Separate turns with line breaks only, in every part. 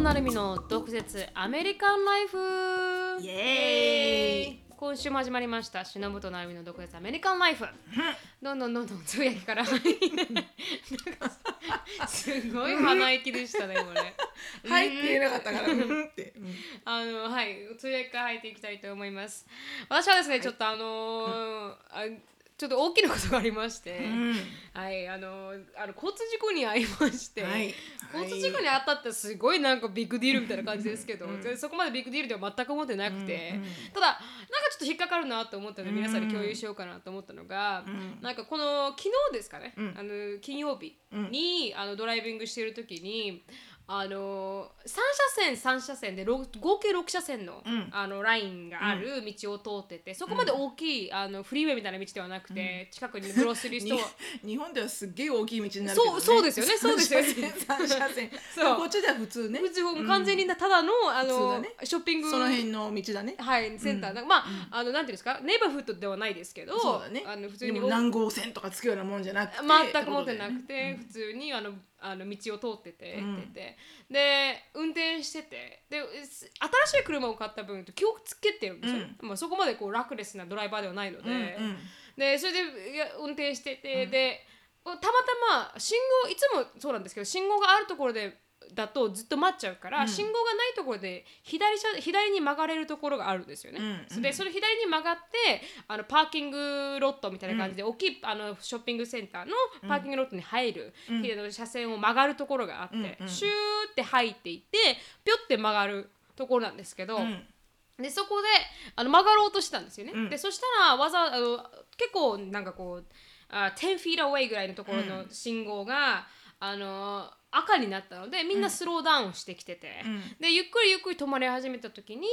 なるみの独説アメリカンライフ
イエーイ
今週も始まりましたしのぶとなるみの独説アメリカンライフどんどんどんどんつぶやきからなんかすごい鼻息でしたねこ れ
はいって言えなかったからうんってうん
あのはいつぶやきから入っていきたいと思います私はですねちょっとあのーあちょっと大きなことがありまして、はいあのーあの交通事故に遭いまして、
はい
交通事故にあったってすごいなんかビッグディールみたいな感じですけど、
うん
全然そこまでビッグディールでは全く思ってなくて、
うんうん
ただなんかちょっと引っかかるなと思ったので皆さんに共有しようかなと思ったのが、
うん
なんかこの昨日ですかね、
うん
あの金曜日に、あのドライビングしてる時に。あの3車線3車線でろ合計6車線の,、
うん
あのラインがある道を通っててそこまで大きい、あのフリーウェイみたいな道ではなくて、近くにグロッスリーストア
に日本ではすっげえ大きい道になるけど
そう
ね
そう ですよねそうですよね
三車線三車線
そう
こっちでは普通ね
うちもう完全にただの,、あ
普
の
通だね
ショッピング
その辺の道だね
はい、センター、なんかまあ、あのなんていうんですかネイバーフットではないですけど
そうだね
あの普通
で
に
も南郷線とかつくようなもんじゃなくて
全く持ってな
て
く
こ
て、普通にあのあの道を通ってて,、
うん
ててで運転しててです新しい車を買った分気をつけてるんですよ、まあ、そこまでこうラクレスなドライバーではないので、
とだよねうんうん
でそれでいや運転してて、でたまたま信号いつもそうなんですけど信号があるところでだとずっと待っちゃうから、信号がないところで左車左に曲がれるところがあるんですよね。
うんうん
でそれ左に曲がってあのパーキングロットみたいな感じで、大きいあのショッピングセンターのパーキングロットに入る、左の車線を曲がるところがあって、
うんうん
シューって入っていってピョって曲がるところなんですけど。
うん
でそこであの曲がろうとしてたんですよね、
うん
でそしたらわざあの結構なんかこうあ10 feet away ぐらいのところの信号が、あの赤になったのでみんなスローダウンしてきてて、
うん
でゆっくりゆっくり止まり始めた時に、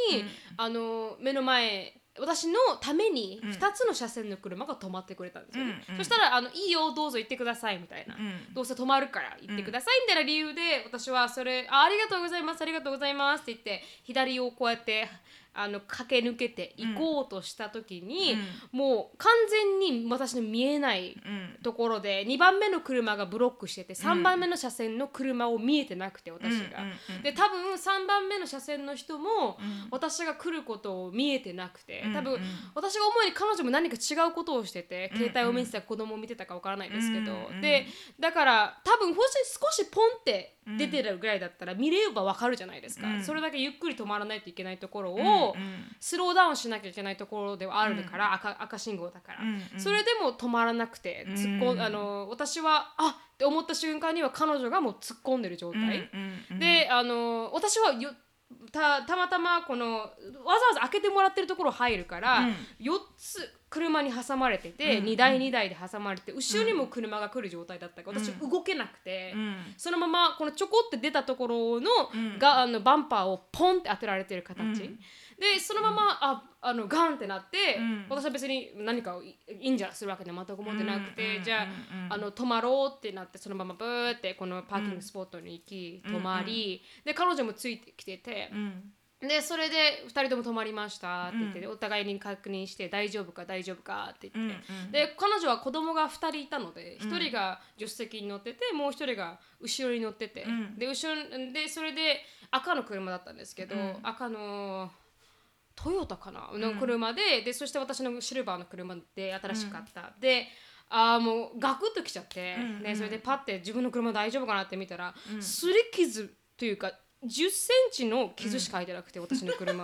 あの目の前私のために
うん
2つの車線の車が止まってくれたんですよね、
うんうん
そしたらあの「いいよどうぞ行ってください」みたいな、
うん
どうせ止まるから行ってくださいみたいな理由で私はそれあ「ありがとうございますありがとうございます」って言って左をこうやってあの駆け抜けて行こうとした時に、もう完全に私の見えない
うん
ところで2番目の車がブロックしてて3番目の車線の車を見えてなくて私が。
うんうんうん
で多分3番目の車線の人も
うん
私が来ることを見えてなくて
うん
多分
うん
私が思うに彼女も何か違うことをしてて携帯を見てたか子供を見てたかわからないですけど
うん
でだから多分本当に少しポンって出てるぐらいだったら見れればわかるじゃないですか
うん
それだけゆっくり止まらないといけないところ
うん
を
うん
スローダウンしなきゃいけないところではあるから赤赤信号だから
うんうん
それでも止まらなくて突っ込
うん
んあの私はあっって思った瞬間には彼女がもう突っ込んでる状態。
うんうん
であの私はよたたまたまこのわざわざ開けてもらってるところ入るから、
うん
4つ車に挟まれてて、
うん
2台2台で挟まれて後ろにも車が来る状態だったから、私
う
動けなくて、
うん
そのままこのちょこって出たところの,、
うん
があのバンパーをポンって当てられてる形、
うん
でそのままああのガンってなって、
うん
私は別に何かをいインジャーするわけで全く思ってなくて、
うん
じゃあ,、
うんうん
あの止まろうってなってそのままブーってこのパーキングスポットに行き、
うん
止まり、で彼女もついてきてて
う、ん
でそれで2人とも止まりましたって言って、お互いに確認して大丈夫か大丈夫かって言って、
うんうん
で彼女は子供が2人いたので1人が助手席に乗っててもう1人が後ろに乗ってて、
うん
で後ろでそれで赤の車だったんですけど、
うん
赤のトヨタかなの車で,、でそして私のシルバーの車で新しかった、であーもうガクッときちゃって、
うんう
ね、
ん
それでパッて自分の車大丈夫かなって見たら、
うん
擦り傷というか1 0ンチの傷しか開いてなくて、私の 車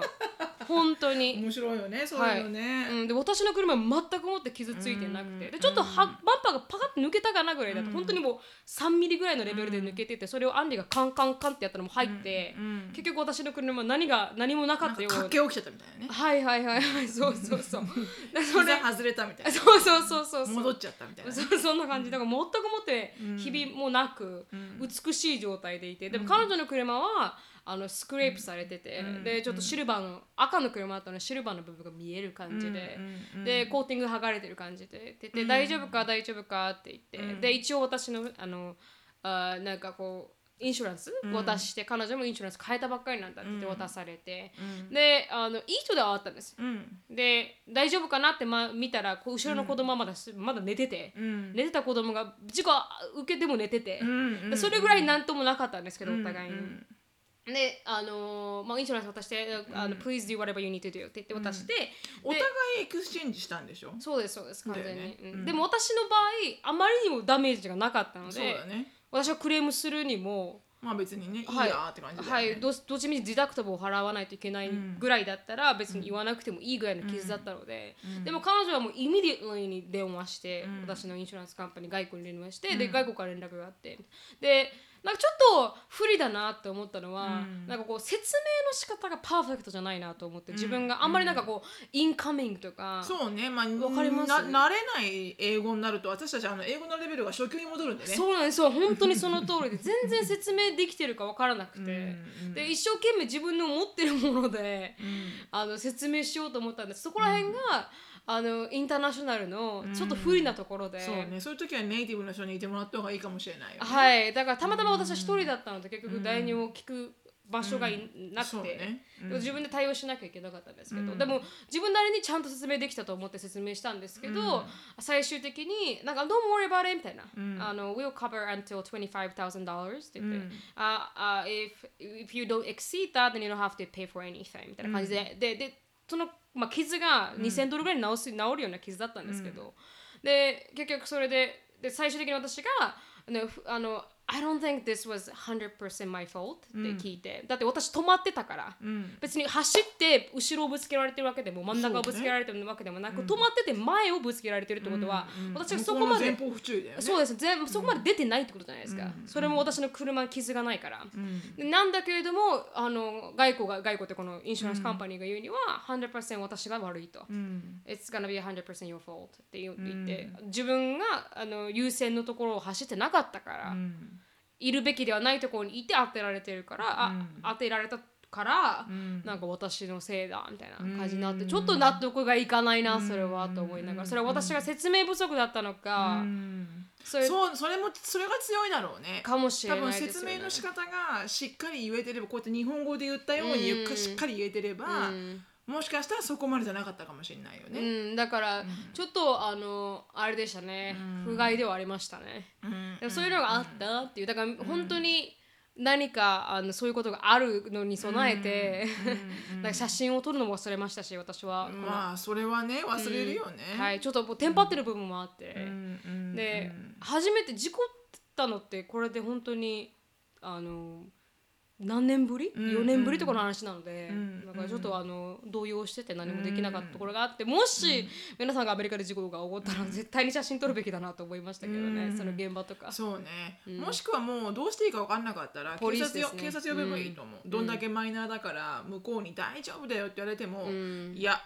本当に
面白いよねそういうのね
うん、で私の車は全くもって傷ついてなく
う
て
ん
でちょっとはバンパーがパカッと抜けたかなぐらいだと
うん
本当にもう3ミリぐらいのレベルで抜けててそれをアンディがカンカンカンってやったのも入って
うんうん
結局私の車は何が何もなか
な
った
んか
よ
駆け起きちゃったみたいなね
はいはいはいはいそうそうそうでそれ
膝外れたみたいな
そうそうそうそうそう
戻っちゃったみたいなね
そうそんな感じだから全くもってひ々もなく
うん
美しい状態でいてでも彼女の車はあのスクレープされてて、
うん
でちょっとシルバーの赤の車だったのでシルバーの部分が見える感じで、
うんうん
でコーティング剥がれてる感じでって言って、
うん
大丈夫か大丈夫かって言って、
うん
で一応私のあのあーなんかこうインシュランス
うん
渡して、彼女もインシュランス変えたばっかりなんだって言って渡されて、
うん
であのいい人ではあったんです
うん
で大丈夫かなって、ま、見たらこう後ろの子供はまだ,、まだ寝てて、
うん
寝てた子供が事故受けても寝てて
う、んうん
でそれぐらい何ともなかったんですけどお互いに。
うん
で、あのーまあ、インシュランス渡して、あの、
うん
Please do whatever you need to do って言って渡して、
お互いエクスチェンジしたんでしょ
そうです、そうです、完
だよ
全に。
ね
うん
うん
でも私の場合、あまりにもダメージがなかったの
そう
で
だ、ね
私はクレームするにも、
まあ別にねいい
はい
やーって感じだよね、
はい、どどっちみちディダクトブルを払わないといけないぐらいだったら、別に言わなくてもいいぐらいの傷だったので、
うん
でも彼女はもうイミディアに電話して、
うん
私のインシュランスカンパニー外国に電話して、で
うん
外国から連絡があってでなんかちょっと不利だなって思ったのは、
うん
なんかこう説明の仕方がパーフェクトじゃないなと思って
うん
自分があんまりなんかこう、インカミングとか
そうねまあ
わかります
な慣れない英語になると私たちあの英語のレベルが初級に戻るんでね
そうなんですそう本当にその通りで全然説明できてるか分からなく
うん
て、
うん
で一生懸命自分の持ってるもので
うん
あの説明しようと思ったんですそこら辺が、あのインターナショナルのちょっと
うん
不利なところで、
そうねそういう時はネイティブの人にいてもらった方がいいかもしれないよ、ね、
はい、だからたまたま私は一人だったので、結局代入を聞く場所がいなくて、
そうね、うん
自分で対応しなきゃいけなかったんですけど、
うん
でも自分なりにちゃんと説明できたと思って説明したんですけど、
うん
最終的になんか「Don't worry about it」みたいな「
うん
あの We'll cover until $25,000」って言って。
うん
ああ if, if you don't exceed that, then you don't have to pay for anything みたいな感じで、ででその、まあ、傷が2000ドルぐらいに治す、治るような傷だったんですけど、で結局それでで最終的に私があのふあの I don't think this was 100% my fault って聞いて、だって私止まってたから。
うん
別に走って後ろをぶつけられてるわけでも真ん中をぶつけられてるわけでもなく、止まってて前をぶつけられてるってことは、
うん
私はそこまで
向こうの前方不注意だよね
そうです全部そこまで出てないってことじゃないですか、それも私の車に傷がないから、でなんだけれどもあの外交が外交ってこのインシュランスカンパニーが言うには、100%私が悪いと、
うん、
It's gonna be 100% your fault って言う言って、自分があの優先のところを走ってなかったから、
うん
いるべきではないところにいて当てられてるから、あ
うん
当てられたから、
うん
なんか私のせいだみたいな感じになって、ちょっと納得がいかないなそれは、と思いながらそれは私が説明不足だったのか、
うん
そういう
そうそれもそれが強いだろうね
かもしれ
多
ない
分
ですよ、ね、
説明の仕方がしっかり言えてればこうやって日本語で言ったようにゆっ
う
く
ん
しっかり言えてれば、
うん
もしかしたらそこまでじゃなかったかもしれないよね。
うん、だからちょっとあのあれでしたね、不甲斐ではありましたね、
うん
でもそういうのがあったっていうだから本当に何かあのそういうことがあるのに備えて、 だから写真を撮るのも忘れましたし私は、
まあそれはね忘れるよね。
はい、ちょっともうテンパってる部分もあって、
うんうん
で、初めて事故ったのってこれで本当にあの何年ぶり、
うん
4年ぶりとかの話なので、
うん
だからちょっとあの動揺してて何もできなかったところがあってもし、皆さんがアメリカで事故が起こったら絶対に写真撮るべきだなと思いましたけどね、
うん
その現場とか。
そうね、もしくはもうどうしていいか分かんなかったら
ポリ
警
ス
察
で
よ
すね
警察呼べばいいと思う、どんだけマイナーだから向こうに「大丈夫だよ」って言われても
う
「
ん
いや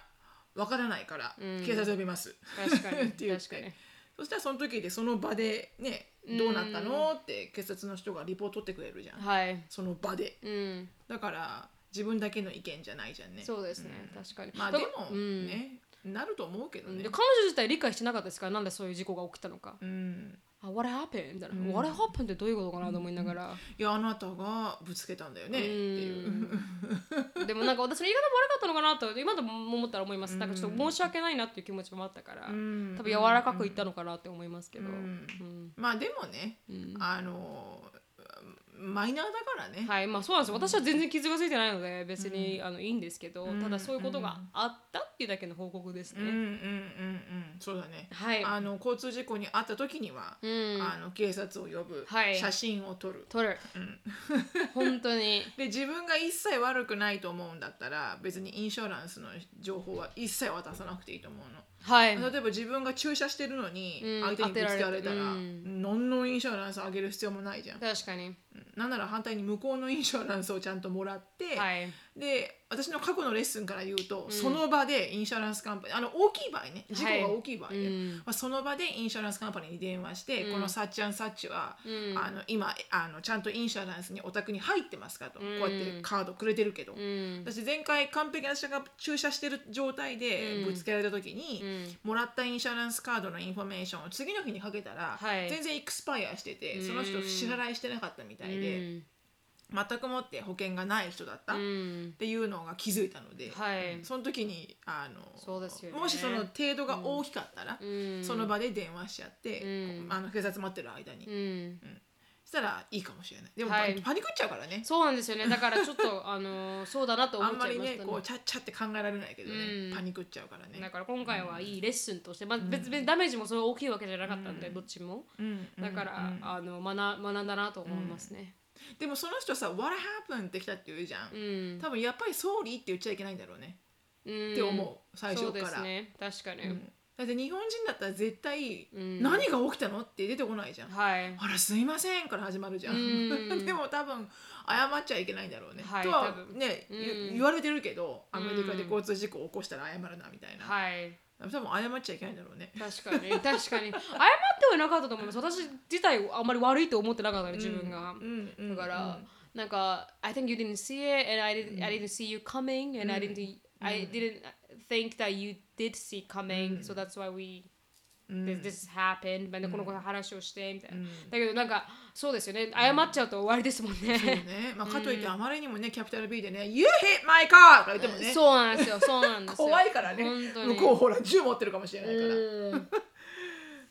分からないから
うん
警察呼びます」
確か
っ
に
て言って
確かに
そしたらその時でその場でね
うん
どうなったのって警察の人がリポート取ってくれるじゃん
はい、
その場で
うん、
だから自分だけの意見じゃないじゃんね
そうですね、確かに
まあ
だ
で
か
も
らうん
ね、なると思うけどね
で彼女自体理解してなかったですからなんでそういう事故が起きたのか、
うん
あ What happened? みたいな、What happened ってどういうことかなと思いながら、
いやあなたがぶつけたんだよねっていう
う。 でもなんか私の言い方も悪かったのかなと今でも思ったら思います。なんかちょっと申し訳ないなっていう気持ちもあったから、
ん
多分柔らかく言ったのかなって思いますけど。
う
うん
んまあでもね、あのマイナーだからね、
はい、まあそうなんですよ。私は全然傷がついてないので別に、あのいいんですけど、ただそういうことがあったっていうだけの報告です
うんうんう
ね。
んうんそうだね、
はい。
あの交通事故に遭った時には、
うん。
あの警察を呼ぶ、
はい
写真を撮る
取る。 本当に。
で自分が一切悪くないと思うんだったら別にインシュランスの情報は一切渡さなくていいと思うの。
はい。
例えば自分が駐車してるのに
うん
相手にぶつけら
当
れ
て
た
られ
ら
てう
何のインシュランスあげる必要もないじゃん。
確かに。
なんなら反対に向こうのインシュランスをちゃんともらって、
はい。
で私の過去のレッスンから言うと、その場でインシュランスカンパニーあの大きい場合ね事故が大きい場合ね、
うん
まあ、その場でインシュランスカンパニーに電話して、このサッチアンサッチは、
うん
あの今あのちゃんとインシュランスにお宅に入ってますかと、
ん
こうやってカードくれてるけど、
うん。
私前回完璧な車が駐車してる状態で
うん
ぶつけられた時に、
うん
もらったインシュランスカードのインフォメーションを次の日にかけたら、
はい
全然エクスパイアしててその人支払いしてなかったみたいで、全くもって保険がない人だった。
うん。
っていうのが気づいたので、
はい
その時にあの
そうですよね
もしその程度が大きかったら、
うん
その場で電話しちゃって、
うん
あの警察待ってる間に、
うん。
したらいいかもしれないでも、
はい
パニクっちゃうからね
そうなんですよねだからちょっと あのそうだなと思
あ
っ
ん
ち
ま
ゃい
り
ま
ね
したね
こうちゃっちゃって考えられないけどね、
うん
パニクっちゃうからね
だから今回はいいレッスンとして、まあ、別にダメージもそれ大きいわけじゃなかったんで、
うん
どっちも
うん
だから、
うん
あの学学んだなと思いますね
でもその人さ「What happened?」って来たって言うじゃん、
うん、
多分やっぱり「総理」って言っちゃいけないんだろうね、
うん、
って思う最初
そう
か
です
ら、
ね確かに、
うんだって日本人だったら絶対「
うん
何が起きたの?」って出てこないじゃん、
はい
あらすいませんから始まるじゃん、
うん
でも多分謝っちゃいけないんだろうね、
はい
と
多
は
分
ね、ゆ
うん
言われてるけど
う
ア
ん
メリカで交通事故を起こしたら謝るなみたいな、
はい
多分謝っちゃいけないんだろうね
確かに確かに謝ってはなかったと思います私自体をあんまり悪いと思ってなかったね自分が、
うんうん
だから、なんか I think you didn't see it and I didn't,、I didn't see you coming and I didn't I didn't think that you did see coming、so that's why we
うん
this, this happened まあねこの話をしてみたいな、
うん
だけどなんかそうですよね謝っちゃうと終わりですもん
そう
ね、
ね、まあ、かといってあまりにもね、キャピタル B でね「You hit my car!」とか言ってもね
そうなんですよそうなんですよ
怖いからね
本当に
向こうほら銃持ってるかもしれないから、
うん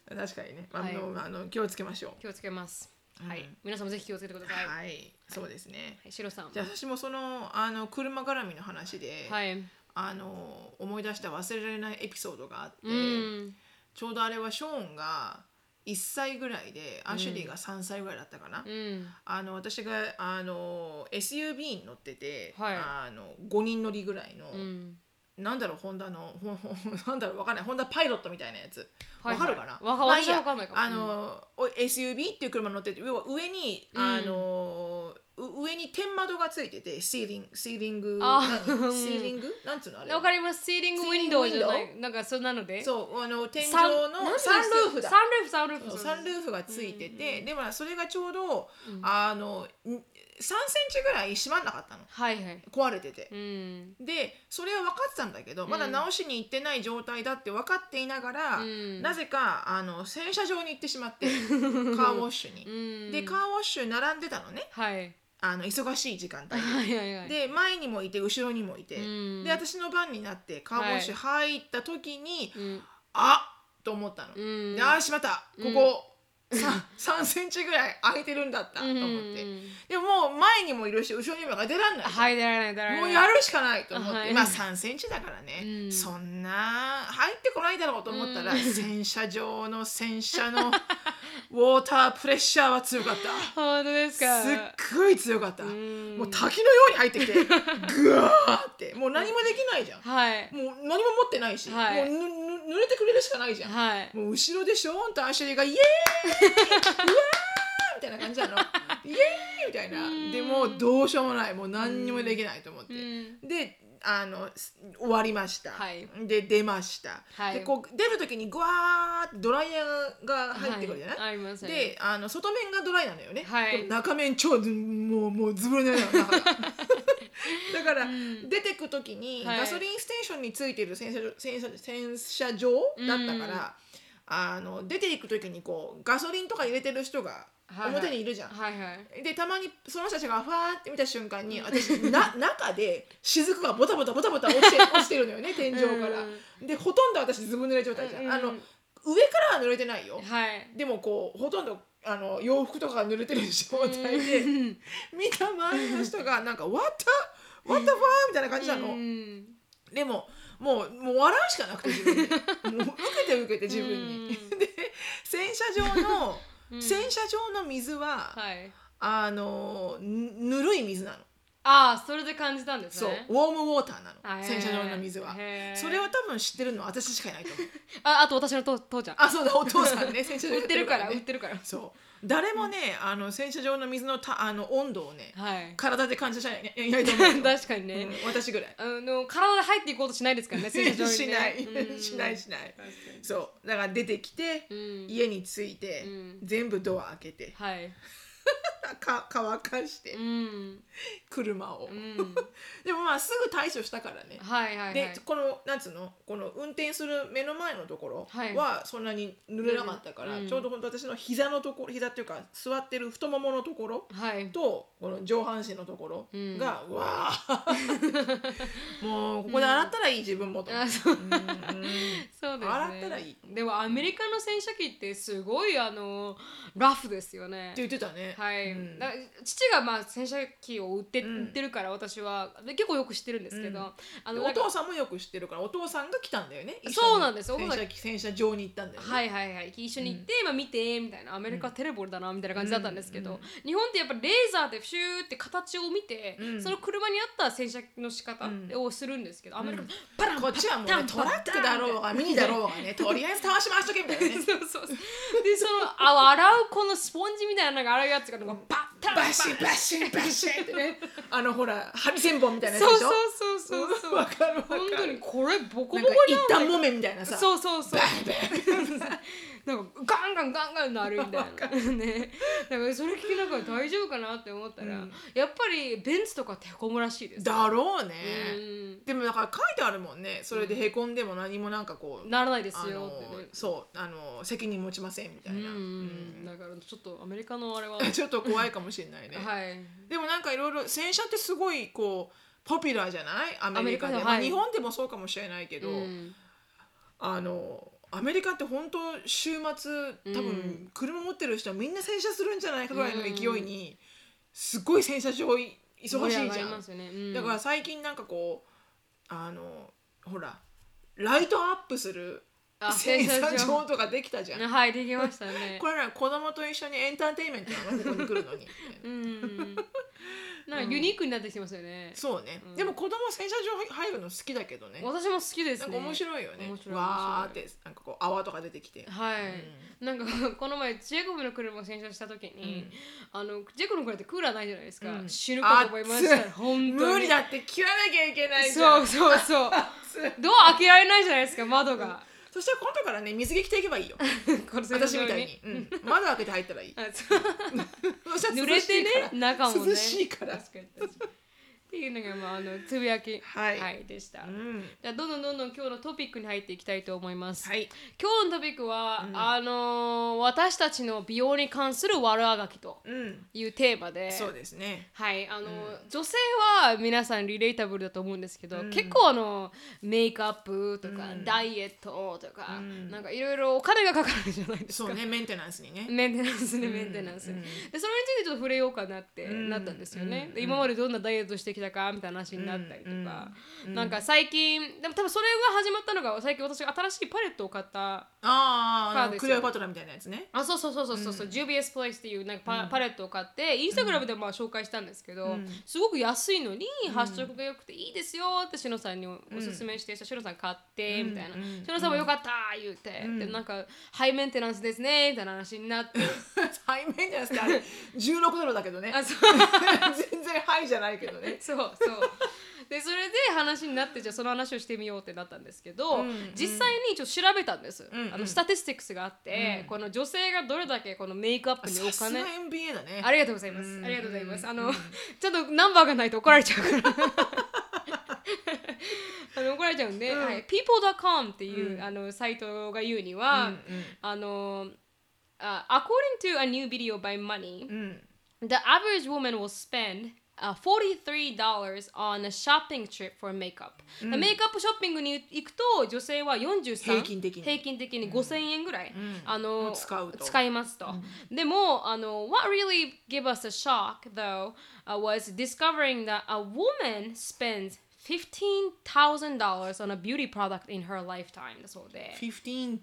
確かにね、まあ
はい
あのあの気をつけましょ
気をつけます、
うん
はい皆さんもぜひ気をつけてくだ
う
さい、は
はい、そうですね
い、シロさん
じゃあ私もそのあの車絡みの話で、
はい
あの思い出した忘れられないエピソードがあって、
うん
ちょうどあれはショーンが1歳ぐらいでアシュリーが3歳ぐらいだったかな、
うん
あの私があの SUV に乗ってて、
はい
あの5人乗りぐらいの、
うん
なんだろうホンダの ほほなんだろうわかんないホンダパイロットみたいなやつわ、
はい
かるかな
わか
まあいい
私
や
はわかんないかも
あの、お SUV っていう車乗ってて要は上に、
うん
あのう上に天窓がついててシーリングシーリング
あ
何 シ
うん
ーリングなんつうのあれ
わかりますシーリングウィンドウじゃな
シーリングウィ
いなんかそんなので
そうあの天井
サン
の
なんて
サンルーフだ
サンルーフサンルー
そう
フ
サンルーフがついてて、でもそれがちょうど、
うん
あのん3センチぐらい閉まんなかったの
はいはい
壊れてて
う、ん
でそれは分かってたんだけどまだ
うん
直しに行ってない状態だって分かっていながら、
うん
なぜかあの洗車場に行ってし まってカーウォッシュに。
うん
でカーウォッシュ並んでたのね
はい
あの忙しい時間帯
はいはいはい
でで前にもいて後ろにもいて、
うん
で私の番になってカーウォッシュ入った時に、
うん
あっと思ったの。
うん
でああしまったここ、 三 3, センチぐらい空いてるんだったと思って、
うん
でももう前にもいるし後ろにも出らんない、
はい出られない出られない
もうやるしかないと思って、
はい
まあ3センチだからね、
うん
そんな入ってこないだろうと思ったら、
うん
洗車場の洗車のウォータープレッシャーは強かった。
本当です
す
か
っごい強かった、
ん
もう滝のように入って きてぐわーってもう何もできないじゃん、
はい
もう何も持ってないし、
はい
もうぬぬ濡れてくれるしかないじゃん、
はい
もう後ろでショーンとアシュリーが「イエーイ! 」みたいな感じなの「イエーイ!」みたいな
うん
でもうどうしようもないもう何にもできないと思っ
う
て、
ん
であのす終わりました、
はい
で出ました、
はい
でこう出る時にグワーってドライヤーが入ってくるじゃない、
はいありますね
であの外面がドライなのよね、
はい
でも中面超ずもうもうずぶ濡れ なの中がだから、
ん
出てく時に、
はい
ガソリンステーションについてる洗車場洗車洗車場だったから、あの出ていく時にこうガソリンとか入れてる人が
はいはい
表にいるじゃん。
はいはい
でたまにその人たちがファーって見た瞬間に私 な中で雫がボタボタボタボタ落ちて落ちてるのよね天井から。でほとんど私ずぶ濡れ状態じゃん。あの
うん
上からは濡れてないよ。
はい
でもこうほとんどあの洋服とかが濡れてる状態で見た周りの人がなんか「What the? What the fuck?」みたいな感じな
う
の。
ん
でももうもう笑うしかなくて自分でもう受けて受けて自分に。で洗車場
う
の、
ん
洗車場の水は、
はい
あのぬぬるい水なの。
ああそれで感じたんです
そうウ
ね
ォームウォーターな
あへ
の
ー
洗車場の水は
へー
それを多分知ってるのは私しかいないと思う
ああと私の父父ちゃん
あそうだお父さん ね洗車場
売ってるから
ね
売ってるから
そう誰もね、あの洗車場の水のたあの温度をね、
はい
体で感じしない いないと思 うよ、
確かに
うん
ね、
私ぐらい、
あの体で入っていこうとしないですからね正常にね
しない、
うん
しないしない
確か
そうだから出てきて、
にうん
家に着いて、
うん
全部ドア開けて
はい
か乾かして、
うん
車を、
うん
でもまあすぐ対処したからね、
はいはいはい
でこのなんつうのこの運転する目の前のところ
はい
はそんなに濡れなかったから、
うん
ちょうど本当私の膝のところ膝っていうか座ってる太もものところ
はい
とこの上半身のところ
うん
が、う わあもうここで洗ったらいい自分もと思っ
あ
て、
そう
うんうん
そうそうですね
洗ったらいいって
でもアメリカの洗車機ってすごいあのラフですよね
言ってたね
はい、
うん
だ父がまあ洗車機を売って,、
うん
売ってるから私はで結構よく知ってるんですけど、
うん
あ
で
の
お
なんか
父さんもよく知ってるからお父さんが来たんだよね
そうなんですよ
一緒に洗車機洗車場に行ったんだよね、
はいはいはい一緒に行って、まあ、見てみたいなアメリカテレボルだなみたいな感じだったんですけど、
うん
日本ってやっぱレーザーでシューって形を見て、
うん
その車に合った洗車の仕方
うん
をするんですけど、アメリカ
うん
パラン
こっちはもう、ね
パ、ン
トラックだろうがミニだろう がねとりあえず倒し回しとけみたいなね
そうそうそうでそのあ洗うこのスポンジみたいなのが洗うやつがなんかバッタン
バシンバシンバシンってねあのほらハリセンボンみたいなや
そ
つで
う
し
そ
ょ
うそうそうそう
わかるわか
本
る
当にこれボコボコ
なん
に
か一旦もめみたいなさ
そうそうそう
バンバ
なんかガンガンガンガンなるみたいなねなんかそれ聞きながら大丈夫かなって思ったら、
うん
やっぱりベンツとか手こむらしいで
ン
す
だろうね、
うん
でもだから書いてあるもんねそれでへこんでも何もなんかこう、
ならないです
あ
よ
の
ってね
そうあの責任持ちませんみたいな、
うん
うん
だからちょっとアメリカのあれは
ちょっと怖いかもしれないね、
はい
でもなんかいろいろ洗車ってすごいこうポピュラーじゃないアメリカで
アメリカでは
まあ、
はい
日本でもそうかもしれないけど、
うん
あのアメリカって本当週末多
うん
分車持ってる人はみんな洗車するんじゃないかぐらいの
うん
勢いにすごい洗車場い忙し
盛り
い
上が
じ
り
ゃ
ま
ん
すよねうん
だから最近なんかこうあのほらライトアップする
あ
洗車
洗車
場とかできたじゃん。
はいできましたね
これら子供と一緒にエンターテインメ ントなのここに来るのに。
うんなんかユニークになってきてますよね、
そうね、
うん
でも子供洗車場入るの好きだけどね。
私も好きです
なん
ね
か面白いよね
面。白い
わーってなんかこう泡とか出てきて。
はい、なんか この前ジェコブの車を洗車した時に、あのジェコの車ってクーラーないじゃないですか、
うん
死ぬかと思いました
熱い
本当に
無理だって切らなきゃいけないじゃ
そ
ん
うそうそう
そう
ドア開けられないじゃないですか窓が
そしたら今度からね水着着ていけ ばいいよ
これ洗車
私
場
みたいに、うん、窓開けて入ったらいい
あそう
そしたら
濡
涼
れ
しい
て
か
ね
ら
中もね
涼しいから
確かに確かにっていうのがまああのつぶやき
はい
でした、
うん
じゃあどんどんどんどん今日のトピックに入っていきたいと思います、
はい
今日のトピックは、
うん
あのー私たちの美容に関する悪あがきと
うん
いうテーマで
そうですね
はいあの、女性は皆さんリレータブルだと思うんですけど、
うん
結構あのメイクアップとか、
うん
ダイエットとか、
うん
なんかいろいろお金がかかるじゃないです
そ
か、
うねメンテナンスにね
メンテナンスね、
うん
メンテナンス、
うん
でそれについてちょっと触れようかなって
うん
なったんですよね、
うん
で今までどんなダイエットしてきたかみたいな話になったりとか、
うんうん
なんか最近でも多分それが始まったのが最近私が新しいパレットを買った
あー
そう
あの
です
ク
よ
レオパトラみたいなやつね
あそうそうそうそうそうそう、ジュビエスプレイスっていうなんかパ,、パレットを買ってインスタグラムでまあ紹介したんですけど、
うん
すごく安いのに発色が良くていいですよってしのさんにおおすすめしてしたしのさん買ってみたいな、
うんうん
しのさんもよかった言うて、
ん
でなんかハイメンテナンスですねみたいな話になって
ハイメンテナンスっ てあれ16ドルだけどね
あそう
全然ハイじゃないけどね
そうそうでそれで話になってじゃあその話をしてみようってなったんですけど、
うんうん
実際にちょっと調べたんです、
うんうん
あのスタティスティックスがあって、
うん
この女性がどれだけこのメイクアップにお
さすが
金
NBA だね
ありがとうございます。
うん
ありがとうございます。あの、ちょっとナンバーがないと怒られちゃうから。 あの怒られちゃうんで、
うん
はい、people.com っていう、
うん
あのサイトが言うに
う
は、
ん
あの、あ according to a new video by Money,
うんうん
the average woman will spend uh, $43 on a shopping trip for makeup、メイクアップショッピングに行くと女性は43
平均的に
平均的に5000円ぐらい、
ん
あの
を使うと
使いますと、でもあの What really gave us a shock though、uh, was discovering that a woman spends $15,000 on a beauty product in her lifetime だそうで
15,000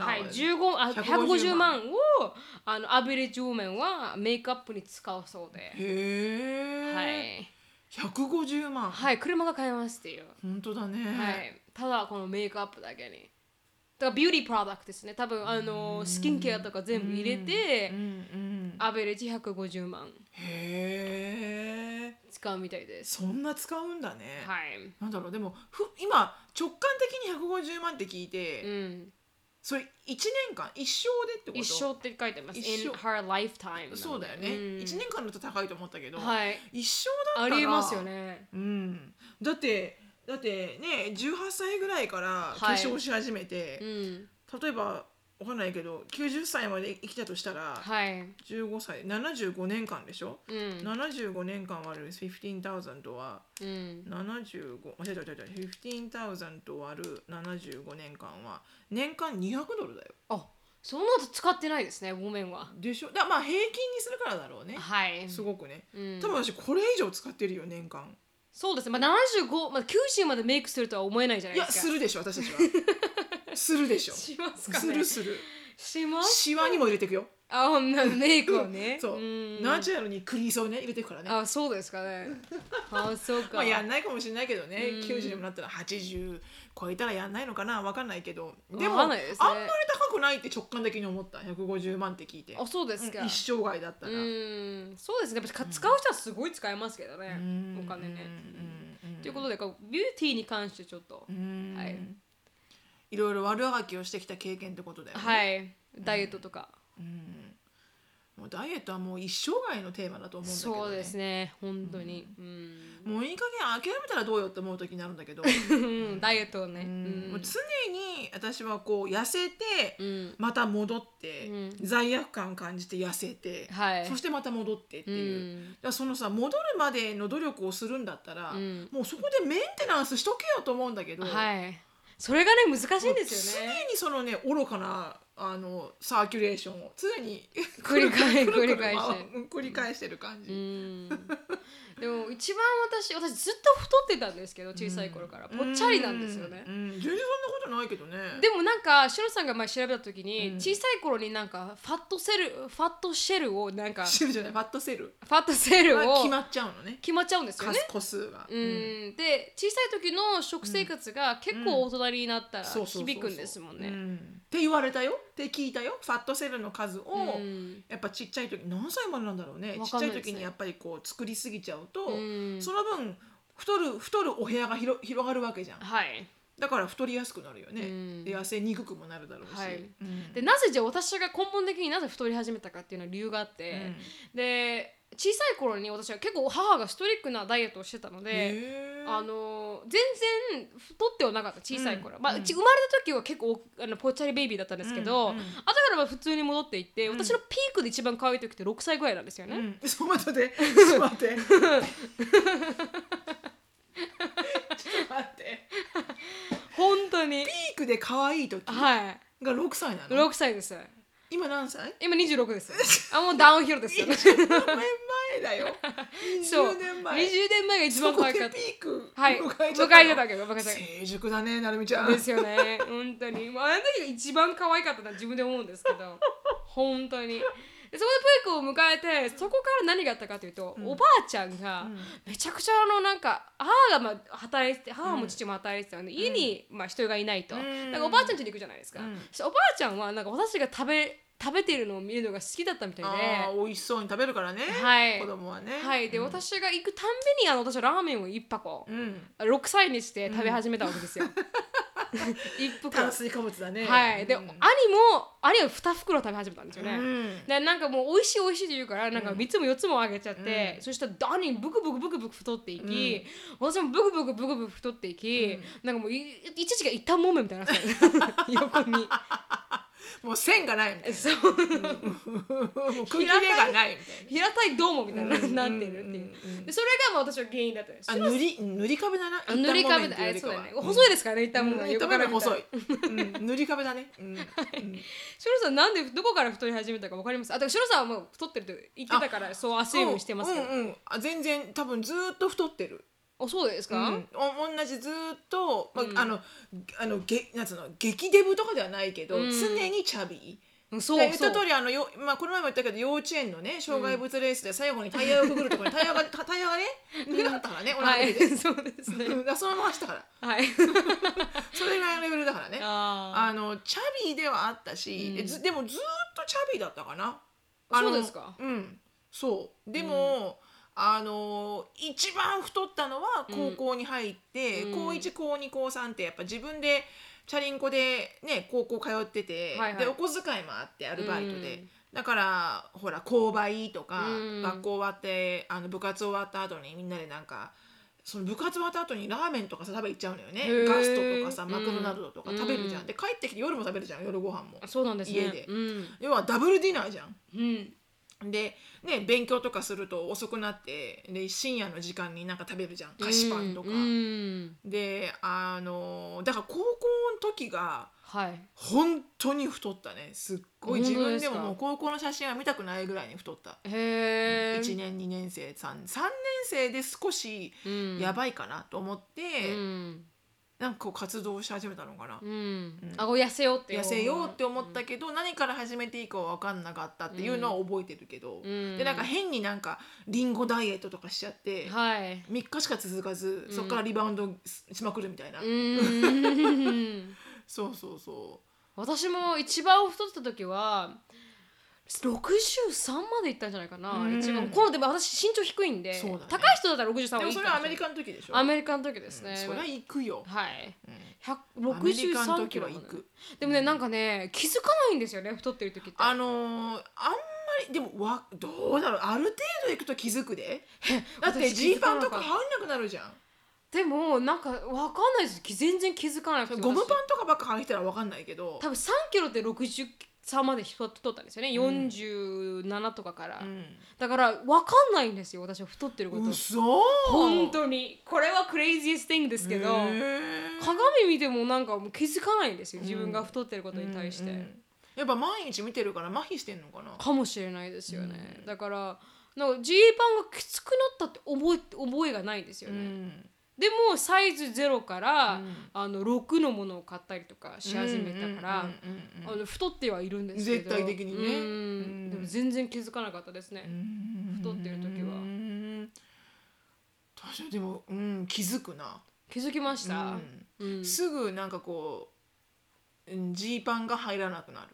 はい、
dollars
15あ150
150
万をあのアベレージウーメンはメイクアップに使うそうで、は
へえ
い
150万
はい、車が買えますっていう、
本当だ
は
ね
い、ただこのメイクアップだけにだからビューティープロダクトですね多分あのスキンケアとか全部入れて
うんうん
アベレージ150万
へえ
使うみたいです
そんな使うんだね
はい、
なんだろうでもふ今直感的に150万って聞いて、
うん、
それ1年間一生でってこと
一生って書いてます
一
in
生
her lifetime
そうだよね、
うん
一年間だと高いと思ったけど、
はい
一生だ
あ
ったら
りえますよね
うん、だってだってね18歳ぐらいから
い
化粧し始めて、
うん
例えばわかんないけど90歳まで生きたとしたら
はい、うん、
15歳75年間でしょ、75年間割る15,000は
うん、
75間違えた間違えた15,000割る75年間は年間200ドルだよ
あその後使ってないですねごめんは
でしょだまあ平均にするからだろうね
はい、
すごくね
うん
多分私これ以上使ってるよ年間
そうですね、まあ、75、まあ、90までメイクするとは思えないじゃないい
や
です
す
か
るでしょ私たちは するでしょす
しますかね
るする
します
シワにも入れていくよ
あ女のメイクをね
そう
うん
ナチュラルにクリースをね入れていくからね
あそうですか ねあそうか、
まあやんないかもしれないけどね
うん
90にもなったら80超えたらやんないのかなわかんないけどで
わ
も
か
あん
ん
ま
ない
り
ですね
高くないって直感的に思った150万って聞いて
あそうですか、
うん一生涯だったら
うんそうですねやっぱ使う人はすごい使えますけどね、
うん
お金ね
うんうん
ということでこうビューティーに関してちょっと、
うん
はい
いろいろ悪あがきをしてきた経験ってことだよね
はいダイエットとか、
うんもうダイエットはもう一生涯のテーマだと思うんだけど、ね、
そうですね本当に、うん
もういい加減諦めたらどうよって思う時になるんだけど、
うん ダイエットをね、う
うん
ん
もう常に私はこう痩せて
うん
また戻って、
うん
罪悪感感じて痩せて、
はい
そしてまた戻ってっていう、だ
うん
からそのさ戻るまでの努力をするんだったら、
うん
もうそこでメンテナンスしとけよと思うんだけど、
はいそれがね難しいんですよね
常にそのね愚かなあのサーキュレーションを常に
繰り返
くるくる
繰り返して
うん繰り返してる感じ、
うんでも一番私私ずっと太ってたんですけど小さい頃からぽっちゃりなんですよね
う、んうん全然そんなことないけどね
でもなんかしのさんが前調べた時に、
うん
小さい頃になんかファットセルファットシェルをなんかフ
知るじゃないファットセル
ァットセル
が
を
決まっちゃうのね
決まっちゃうんですよ
か
ね
個数が、
うん、で小さい時の食生活が結構大人になったら
そうそうそうそう
響くんですもん
う
ね。
って言われたよって聞いたよファットセルの数を、
うん
やっぱちっちゃい時何歳までなんだろうね
わ
ちっ
かん
ち
な
ゃ
いで
い
すね
時にやっぱりこう作りすぎちゃうと、
うん
その分太る太るお部屋が広広がるわけじゃん
はい
だから太りやすくなるよね、
うん
で痩せにくくもなるだろうし、
はい
うん
でなぜじゃあ私が根本的になぜ太り始めたかっていうのは理由があっ
う
て
ん、
で小さい頃に私は結構母がストイックなダイエットをしてたので。
へー
あの全然太ってはなかった小さい頃、
うん
まあ
うん
うち生まれた時は結構あのぽっちゃりベイビーだったんですけど、
うんうん
後からは普通に戻っていって、
うん
私のピークで一番可愛い時って6歳ぐらいなんですよね、
うん、 ちょっと待って、ちょっと待っ て。ちょっと待って。
本当に
ピークで可愛い時が
はい
六歳なの。
6歳です
今何歳？
今26です あもうダウンヒルですよ
年前だよ。
そう20
20年前。
年前が一
そ
番
こ
可
で
愛かっ
ピー
た
ク
はい
迎
迎
え
え
ちゃ
てた
ったの。
わけよ迎えてた
成熟だね、なるみちゃん。
ですよね本当にもうあの時が一番可愛かったな自分で思うんですけど本当にでそこでプイクを迎えてそこから何があったかというと、おばあちゃんが
うん
めちゃくちゃあのなんか母がまあ働いてて母も父も働いてたので、家にまあ人がいないと、
うん
だからおばあちゃん家に行くじゃないですか、
うん
そしたらおばあちゃんはなんか私が食べ食べてるのを見るのが好きだったみたいで
ああ、美味しそうに食べるからね。
はい
子供はね。
はい、で、私が行くたんびにあの私はラーメンを一箱、
うん。
6歳にして食べ始めたわけ ですよ。一袋
炭。水化物だね。
はい、で、
うん
兄も兄は2袋食べ始めたんですよね。
うん
でなんかもう美味しい美味しいって言うからなんか3つも4つもあげちゃって、
うん
そしたら兄ブクブクブクブク太っていき、私もブクブクブクブク太っていき、なんかもうい一時が一旦もめみたいにな ってた横に
もう線がないみたい
そう
な。もう区切れがないみたいな。
平たいどうもみたいに なってるっていう、
うんうんうん
でそれがまあ私は原因だったんです
あ塗り塗り壁だな。
あ塗り壁だ、
一旦木綿ってい
あ
よりか
そう
は
だね。
うん
細いですからね、一旦も
うん
う
一
横
旦
か
目
ら
が
見た
細
ら
い。。うん塗り壁だね。うんうん
シロさん、なんでどこから太り始めたかわかります。あ、でもシロさんはもう太ってると言ってたから、そうアセイムしてます
う
けど
ん。うんあ全然多分ずーっと太ってる。
あ、そうです
う
か。
んお同じずーっとま
うん
ああのあのげなんつうの激デブとかではないけど
うん
常にチャビ。
うん、
で
そう
言っ
そ
た
う。
通りあのよまあこの前も言ったけど幼稚園のね障害物レースで最後にタイヤをくぐるところにタイヤがタイヤがね抜けなかったからねお
は
腹
い、
で。 うん
そうですね。
だ からそのまま走ったから
はい。
それぐらいのレベルだからね。
あ
あのチャビーではあったし、
うん
ずでもずーっとチャビーだったかな。
あ。
あの
そうですか。
うん、そう。でも、あの一番太ったのは高校に入って、
うん
高一高二高三ってやっぱ自分でチャリンコでね高校通ってて、
はいはい
でお小遣いもあってアルバイトで。
うん
だからほら購買とか、
うん
学校終わってあの部活終わった後にみんなでなんかその部活終わった後にラーメンとかさ食べ行っちゃうのよね
へー
ガストとかさマクドナルドとか
うん
食べるじゃん、で帰ってきて夜も食べるじゃん夜ご飯も
そうなんですね
家で
うん
要はダブルディナーじゃん
うん
でね勉強とかすると遅くなってで深夜の時間になんか食べるじゃん菓子パンとか、
うんうん
であのだから高校の時が
はい
本当に太ったねすっごい
本
自
当
分
ですか
でももう高校の写真は見たくないぐらいに太った
へえ
1年2年生 3, 3年生で少し
年
や
い
ばいかなと思って、
うん
なんかこう活動し始めたのかな、
うん
ん
あ痩せようって
痩せようって思ったけど、何から始めていいかは分かんなかったっていうのは覚えてるけど、
うん
でなんか変になんかリンゴダイエットとかしちゃって、
はい
3日しか続かずそこからリバウンドしまくるみたいな、
うーん
そうそうそ
私も一番太ってた時は63までいったんじゃないかな、
うん
一番このでも私身長低いんで、
そうだね
高い人だったら63は
う
い
でも
いか
それ
も
は
し
アメ
れない
リカの時でしょ
アメリカの時ですね、
うんそれは行くよ、
はい
うんアメリカの
163キ
時
ロ
は
ま
行
で
く
でもねなんかね気づかないんですよね太ってる時って
あのー、あんまりでもわどうだろうある程度行くと気づくでだって
私
ジ
気づ
ーパ
か
ン
なかっ
と
た
か入んなくなるじゃん
でもなんかわかんないです全然気づかなくて
ゴムパ
ン
ンとかばっか履いてたら分かんないけど
多分3キロで63まで太ったんですよね、
うん
47とかから、
う
だからわかんないんですよ私は太ってること
ん、うそ
本当にこれはクレイジースティングですけど、鏡見てもなんかもう気づかないんですよ
うん
自分が太ってることに対して、
やっぱ毎日見てるから麻痺してんのかな
かもしれないですよね、
うん
だからなんかジーパンがきつくなったって覚え覚えがないんですよね、
ん
でもサイズ0から、
うん
あの6のものを買ったりとかし始めたから、
うんうんうん
あ
うん
の太ってはいるんですけど
絶対的にね
うん
うん
でも全然気づかなかったですね、太ってる時は
うん確かにでも、うん、気づくな、
気づきました、
うん
うん
すぐなんかこううんジーパンが入らなくなる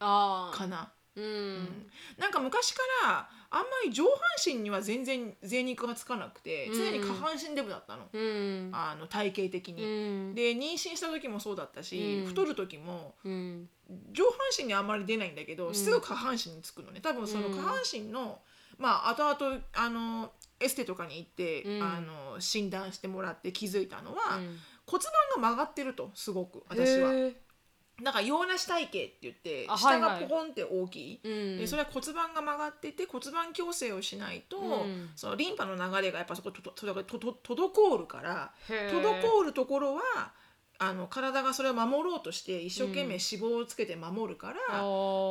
ああ
かな、
うん、
うんなんか昔からあんまり上半身には全然贅肉がつかなくて常に下半身デブだったの、
うん
あの体型的
う
に。
ん
で妊娠した時もそうだったし、
うん
太る時も
うん
上半身にあんまり出ないんだけど、
うん
すぐ下半身につくのね多分その
うん
下半身の、まあ後々あのエステとかに行って、
うん
あの診断してもらって気づいたのは、
うん
骨盤が曲がってるとすごく私は。
へ
なんか洋梨体型って言って
あ
下
は
が
いはい
ポコンって大きい、
ーうん
でそれは骨盤が曲がってて骨盤矯正をしないと、
うん
そのリンパの流れがやっぱそこ滞ととと滞るから
へー
滞るところはあの体がそれを守ろうとして一生懸命脂肪をつけて守るから、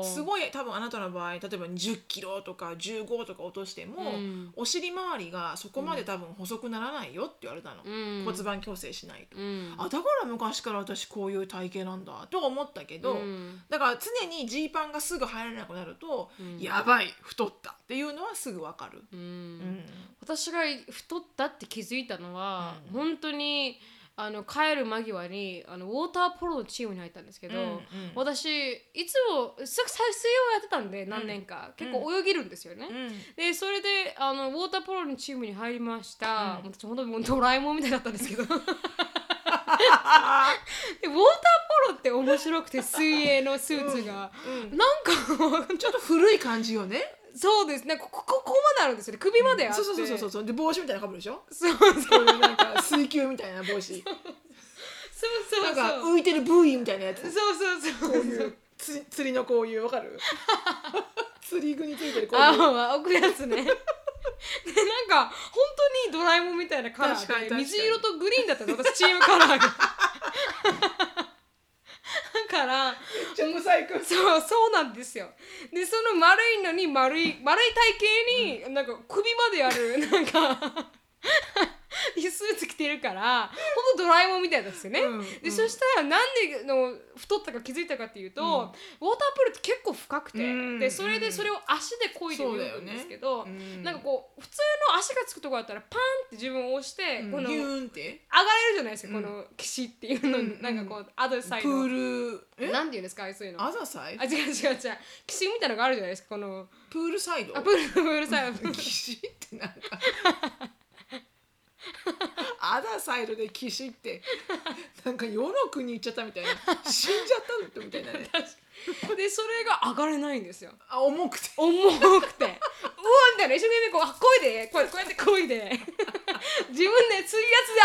す
い
ごい多分あなたの場合例えば1 0キロとか15とか落としても、
うん
お尻周りがそこまで多分細くならないよって言われたの、
うん
骨盤矯正しないと。
うん
あだから昔から私こういう体型なんだと思ったけど、
うん
だから常にジーパンがすぐ入らなくなると、
うん
やばい太ったっていうのはすぐわかる、
う
うんん
私が太ったって気づいたのは、
うん
本当にあの帰る間際にあのウォーターポロのチームに入ったんですけど、
うんうん
私いつもす水泳をやってたんで何年か、結構泳げるんですよね、でそれであのウォーターポロのチームに入りました、
うん
私本当にもうドラえもんみたいだったんですけど でウォーターポロって面白くて水泳のスーツが、
うん
なんか
ちょっと古い感じ よね
そうですねここここまであるんですよね首まであって、
そうそうそうそうそうで帽子みたいなかぶるでしょ
そうそうそう
こういうなんか水球みたいな 帽子
そ
な
うん
か
そう
浮いてるブイみたいなやつ
そう
こ
そう
う
そう
い
そう
うつ釣りのこういうわかる 釣り具についてるこういう
あ置くや つねでなんか本当にドラえもんみたいなカラ
確かに
ーで
確かに
水色とグリーンだったんです私チームカラー がだから
めっちゃブサイク
そう そうなんですよでその丸いのに丸い丸い体型に、なんか首まである なんかスーツ着てるからほぼドラえもんみたいなんですよね、
うんう
で
ん
そしたらなんでの太ったか気づいたかっていうと、
うん
ウォータープールって結構深くて、
うん
でそれでそれを足で漕いで
そうだ
泳
よ
ぐん
ね
ですけど、
うん
なんかこう普通の足がつくとこだったらパンって自分を押して、
うん
この
ギ
上がれる
ューンって
じゃないですか、
うん
この岸っていうのに、
うん
なんかこうアドサイ
プ
ド
ールえ
なんていうんですかああいうそういうのあ
アザサイ
違う違う違う岸みたいのがあるじゃないですかこの
プールサイド
あプールプールサイドプール
岸ってなんかアダサイドで岸ってなんか世の国行っちゃったみたいな死んじゃったのってみた いなね
でそれが上がれないんですよ
あ重くて
重くてうわみたいな一生懸命こうこいでこうこうやってこいでで自分で水圧で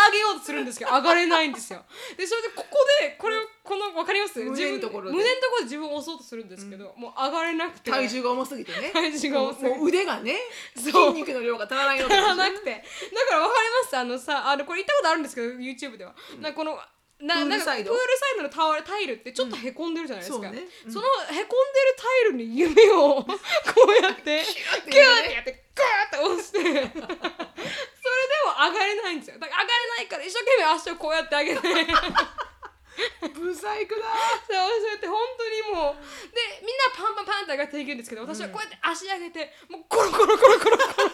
上げようとするんですけど上がれないんですよでそれでここでこれをこの分かります
胸の
自分
ところで
胸のところで自分を押そうとするんですけど、もう上がれなくて
体重が重すぎてね
体重が重すぎて
もうもう腕がね筋
そう
肉の量が足らないよう
足らなくてだから分かりますあのさあのこれ行ったことあるんですけど YouTube では、なんかこのな
プ
な
ー
ん
ル
か
サイド
プールサイドのタワータイルってちょっとへこんでるじゃないですか、
うんそうねうん
そのへこんでるタイルに指をこうやって
ューって
キュ
入れ
ーっててや
ね
ってグーって押してそれでも上がれないんですよだから上がれないから一生懸命足をこうやって上げてそうそう
ブサイクだ
やって本当にもうでみんなパンパンパンって上がっていくんですけど私はこうやって足上げてもうコロコロコロコロコロ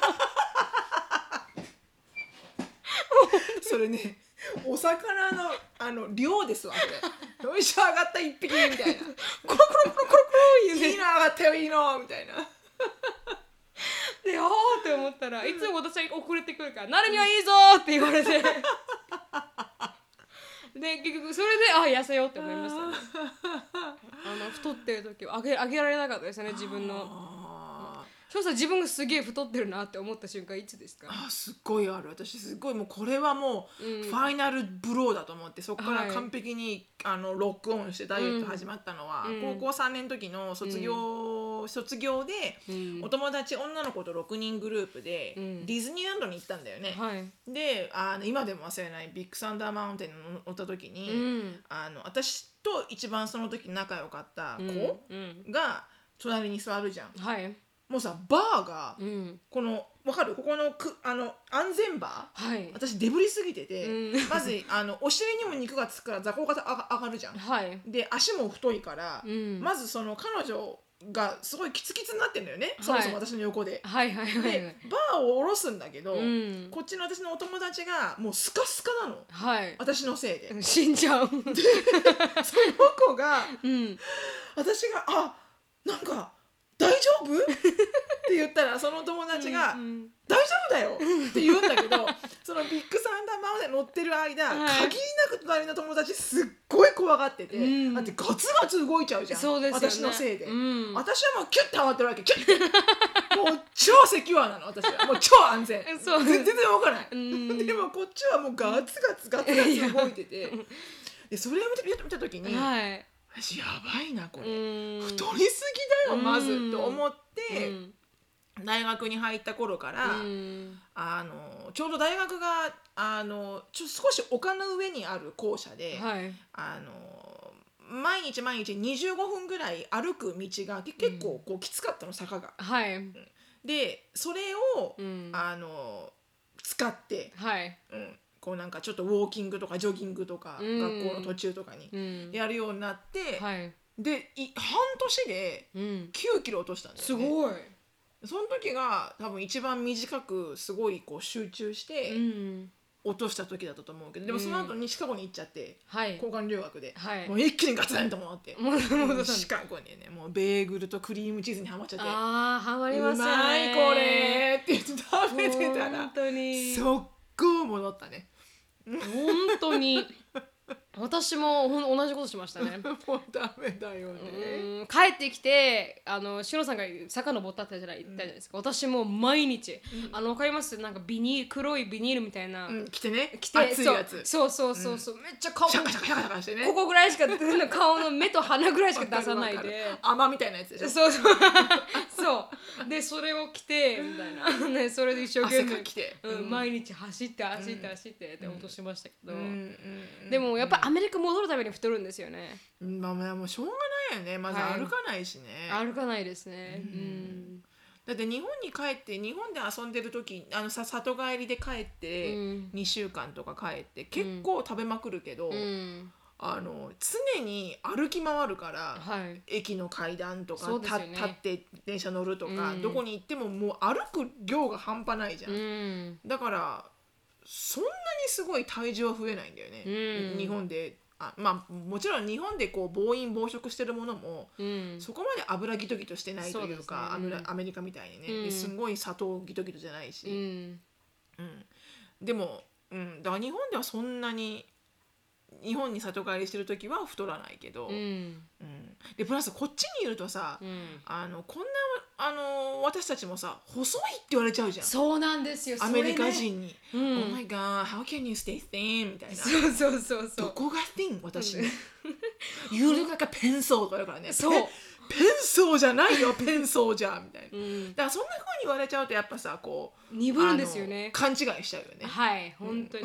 それねお魚のあの量です わこれよいしょ上がった一匹みたいな
コロコロコロコロコロ言うね
いいの上がったよいいのみ たいな
であーって思ったらいつも私は遅れてくるから「なるにはいいぞ!」って言われて で結局それであー痩せようって思いましたねあの太ってる時はあげあげられなかったですよね自分の
あ
そうさん自分がすげえ太ってるなって思った瞬間いつですか
ーあすっごいある私すっごいもうこれはもう
うん
ファイナルブローだと思ってそこか
は
ら
い
完璧に、あのロックオンしてダイエット始まったのは、
うん
高校3年の時の卒業、卒業で
うん
お友達女の子と6人グループで、
うん
ディズニーランドに行ったんだよね。
はい
であの今でも忘れないビッグサンダーマウンテンに乗った時に、
うん
あの私と一番その時仲良かった子
うん
が隣に座るじゃん。
はい
もうさバーが
うん
このわかるここのくあの安全バー
はい
私デブリすぎてて、
うん
まずあのお尻にも肉がつくから座高があ上がるじゃん。
はい
で足も太いから、
うん
まずその彼女がすごいキツキツになってんだよね、そもそも私の横で。
はいはいはいは
で
い
バーを下ろすんだけど、
うん
こっちの私のお友達がもうスカスカなの
はい
私のせい で。
死んじゃう
その子が
うん
私が「あなんか大丈夫?」って言ったらその友達が
う
「
ん
大丈夫だよ」って言うんだけどそのビッグサンダーマウンテン乗ってる間、
はい
限りなく隣の友達すっごい怖がってて、
うん
だってガツガツ動いちゃうじゃん
そうですよね
私のせいで、
うん
私はもうキュッて上がってるわけキュッてもう超セキュアなの私はもう超安全
え そう
全然動かない、
うん
でもこっちはもうガツガツガツガツ動いててでそれを見て見た時に、
はい
私やばいなこれ、
うん
太りすぎだよまず、
うん
と思っ
う
て、
ん
大学に入った頃から、
うん
あのちょうど大学があのちょ少し丘の上にある校舎で、
はい
あの毎日毎日25分ぐらい歩く道がけ結構こうきつかったの坂が。
はい
でそれを、
うん
あの使って、
はい
うん、こうなんかちょっとウォーキングとかジョギングとか、
うん
学校の途中とかに
うん
やるようになって、
はい
でい半年で
うん
9キロ落としたんです
す
よ、ね。
ごい
その時が多分一番短くすごいこう集中して
ん
落とした時だったと思うけど、でもその後にシカゴに行っちゃって
はい
交換留学で、
はい
もう一気にガツンと戻って
戻ったんだ
シカゴにねもうベーグルとクリームチーズにハマっちゃって
あーハマり
う
ますよ
まい
ね
これ」って言って食べてた
本
ら
当に
速攻戻ったね
本当に私もほん同じことしましたね
もうダメだよね
うん帰ってきてあのしのさんが遡ったってじゃない言ったじゃないですか、私もう毎日、あのわかりますなんかビニール黒いビニールみたいな、
うん来てね
着て
熱いやつシ
そうそうそうそう、めっちゃ顔
ャカシャカシャカシャカしてね
ここぐらいしか顔の目と鼻ぐらいしか出さない
わかる
で
わかる甘みたいなやつでしょ
そうそうそう でそれを着てみたい な、ね、それで一生懸
汗
命
かきて
うん
うん
毎日走って走って走ってって落としましたけど、
うん
でもやっぱアメリカ戻るために太るんですよね、
うんまあまあもうしょうがないよねまず
はい
歩かないしね、
歩かないですねうん、
だって日本に帰って日本で遊んでる時あのさ里帰りで帰っ
う
て、
ん
2週間とか帰って結構食べまくるけど、
うん、
あの常に歩き回るから、
はい
駅の階段とか、
そうです
た
よね
立って電車乗るとか、
うん
どこに行ってももう歩く量が半端ないじゃん、
うん
だからそんなにすごい体重は増えないんだよね、
うん
日本であまあもちろん日本でこう暴飲暴食してるものも、
うん
そこまで油ギトギトしてないというか
そうですね
油アメリカみたいにね、
うん
ですごい砂糖ギトギトじゃないうし、
ん
うんでも、うん、だから日本ではそんなに日本に里帰りしてる時は太らないけど、
うん
うんでプラスこっちにいるとさ、
うん
あのこんなあのー私たちもさ細いって言われちゃうじゃん
そうなんですよ
アメリカ、人に「
それね
Oh my god how can you stay thin?」みたいな
うん、そうそうそうそ
ど
う
こが thin 私 You look like a pencil とか言うからね
そう
ペンペンソーじゃないよペンソーじゃんみたいな、
うん
だからそんな風に言われちゃうとやっぱさこう
鈍るんですよね
あの勘違いしちゃうよね
はい本当に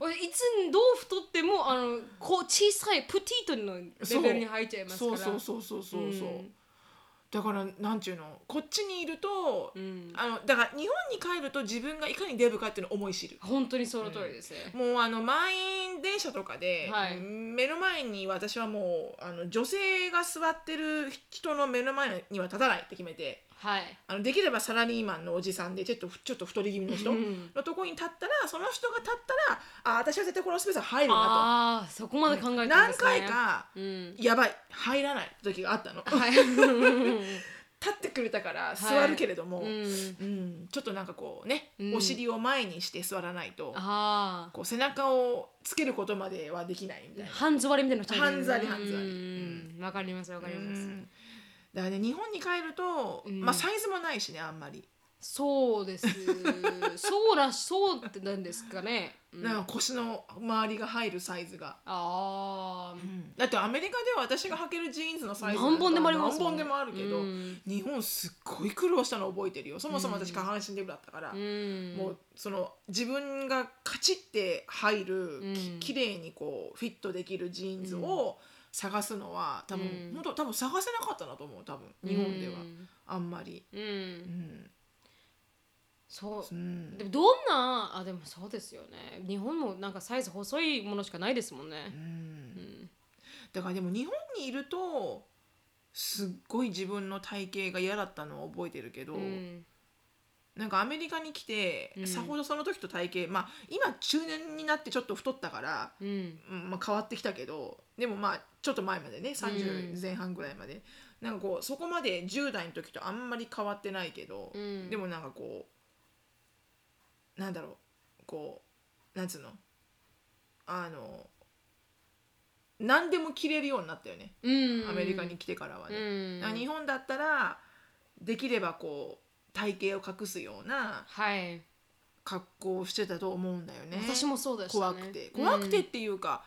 俺いつどう太ってもあのこう小さいプティートのレベルに入っちゃいますか
そう
ら
そうそうそうそうそう、
うん
だからなんちゅうのこっちにいると、
うん
あのだから日本に帰ると自分がいかにデブかっていうのを思い知る
本当にその通りですね、
もうあの満員電車とかで、
はい
目の前に私はもうあの女性が座ってる人の目の前には立たないって決めて
はい
あのできればサラリーマンのおじさんでちょっとちょっと太り気味の人
うん
のとこに立ったらその人が立ったらあ私は絶対このスペース入るな
ああそこまで考え
と
てるんで
何
すね
回か
うん
やばい入らない時があったの 立
はい
ってくれたから
い
座るけれども、
うん
うんちょっとなんかこうね、
うん
お尻を前にして座らないと
あ
こう背中をつけることまではできないみたい
あ
な。
半座りみたいな人
半座り半座り
りわかりますわかりま
う
す
んだからね日本に帰ると、
うん
まあサイズもないしねあんまり、
そうですそうらしそうってなんですかね、うん
なんか腰の周りが入るサイズが、
ああ
だってアメリカでは私が履けるジーンズのサイズ
何本でもありますも
何
ん
本でもあるけど、
うん
日本すっごい苦労したの覚えてるよそもそも私下半身デブだったから、
うん
もうその自分がカチッて入る、
うん
き綺麗にこうフィットできるジーンズを探すのは多分、
うん
本当多分探せなかったなと思う多分日本では、あんまり。
うん、う、
うんん
そううんでもどんなあでもそうですよね日本もなんかサイズ細いものしかないですもん
う
ね、う
ん
ん、
だからでも日本にいるとすっごい自分の体型が嫌だったのを覚えてるけど、
うん
なんかアメリカに来て、
うん
さほどその時と体型まあ今中年になってちょっと太ったから、
うん
うんまあ、変わってきたけどでもまあちょっと前までね
うん
30前半ぐらいまで、なんかこうそこまで10代の時とあんまり変わってないけど、
うん
でもなんかこうなんだろうこうなんつうのあの何でも着れるようになったよね
うん
アメリカに来てからは
う
ね。
ん
だから日本だったらできればこう体型を隠すような
はい、
格好をしてたと思うんだよね。
私もそうでしたね
怖くて怖くてっていうか、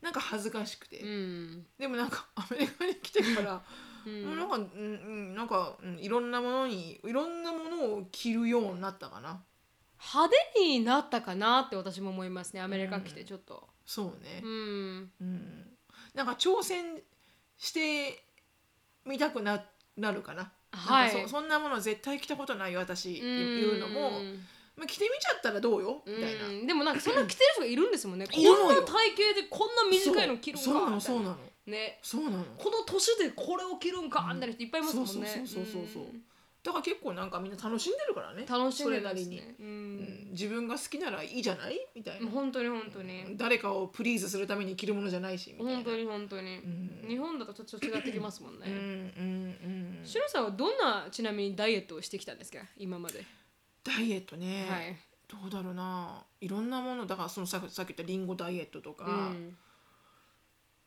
なんか恥ずかしくて、
うん、うん
でもなんか アメリカに来てから、
うん
もうなんか、うんうん、なんか、うん、いろんなものにいろんなものを着るようになったかな
派手になったかなって私も思いますねアメリカ来てちょっと
そうね
う、ん、
うんなんか挑戦してみたくななるかな,、
はい
なんかそそんなもの絶対着たことないよ私、言うのも、
ん
まあ、着てみちゃったらどうよみたいな、
うん、でもなんかそんな着てる人がいるんですもんねこ
いるのよ
んな体型でこんな短いの着るんか
そうそ
みた
うなのそう
い
なの
ね
そうなの
この年でこれを着るんか
う
み
ん
たいな人いっぱいいますもんね
そうそうそうそうそうんだから結構なんかみんな楽しんでるからね
楽しんで
それな
ます
りに、
ねう
うん
ん、
自分が好きならいいじゃないみたい
もう
な、
本当に本当に
誰かをプリーズするために着るものじゃないしみたいな
本当に本当に
ん
日本だとちょっと違ってきますもん
うんう
ね
んうん
シロさんはどんなちなみにダイエットをしてきたんですか今まで
ダイエットね、
はい
どうだろうないろんなものだからそのささっき言ったリンゴダイエットとか
うん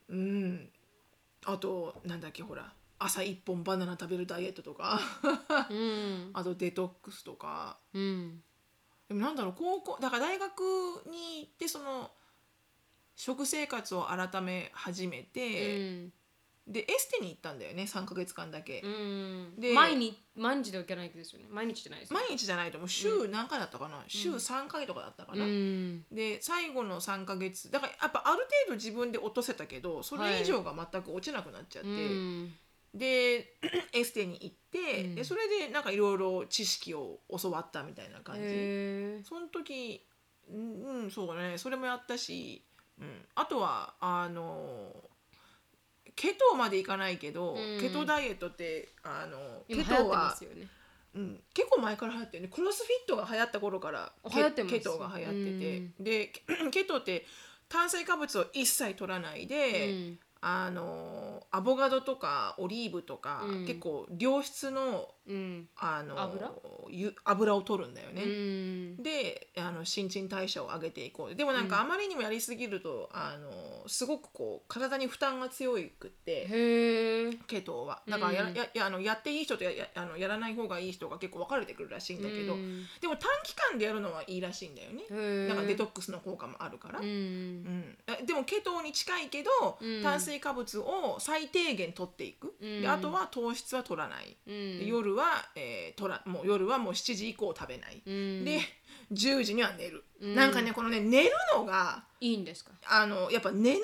うん、あとなんだっけほら朝一本バナナ食べるダイエットとか
うん
あとデトックスとか
うん
でもなんだろう高校だから大学に行ってその食生活を改め始めて、でエステに行ったんだよね3ヶ月間だけ、
うん
で
毎日毎日ではいけないですよね毎日じゃないですよね
毎日じゃないともう週何回だったかな、週3回とかだったかな、
うん
で最後の3ヶ月だからやっぱある程度自分で落とせたけどそれ以上が全く落ちなくなっちゃって、
うん
で エステに行って、
うん
でそれでなんかいろいろ知識を教わったみたいな感じ、
へ
その時うんうんそうだねそれもやったし、うん、あとはあのケトまでいかないけど、
うん
ケトダイエットってあの
ー今
ケ
流行っ
ト
てま
は
す、よね
うん、結構前から流行ってるねクロスフィットが流行った頃からケ
流行ってます
ケトが流行ってて、で ケケトって炭水化物を一切取らないで、
うん
あのアボカドとかオリーブとか、
うん
結構良質の
うん
あの
油
ゆ油を取るんだよ
う
ね。
ん
であの新陳代謝を上げていこうでもなんか
う
あまりにもやりすぎると、あのすごくこう体に負担が強くって
へえ
系統はだからや,、
うん
ややあのやっていい人とややあのやらない方がいい人が結構分かれてくるらしいんだけど、
うん
でも短期間でやるのはいいらしいんだよね、
へえ
なんかデトックスの効果もあるから、
う
うん
ん
あでもケトに近いけど、
うん
炭水化物を最低限取っていく、
うん
であとは糖質は取らない、
うん
で夜は、えー取らもう夜はもう7時以降食べない、
うん
で10時には寝る、
うん
なんかねこのね寝るのが
いいんですか
あのやっぱ寝ない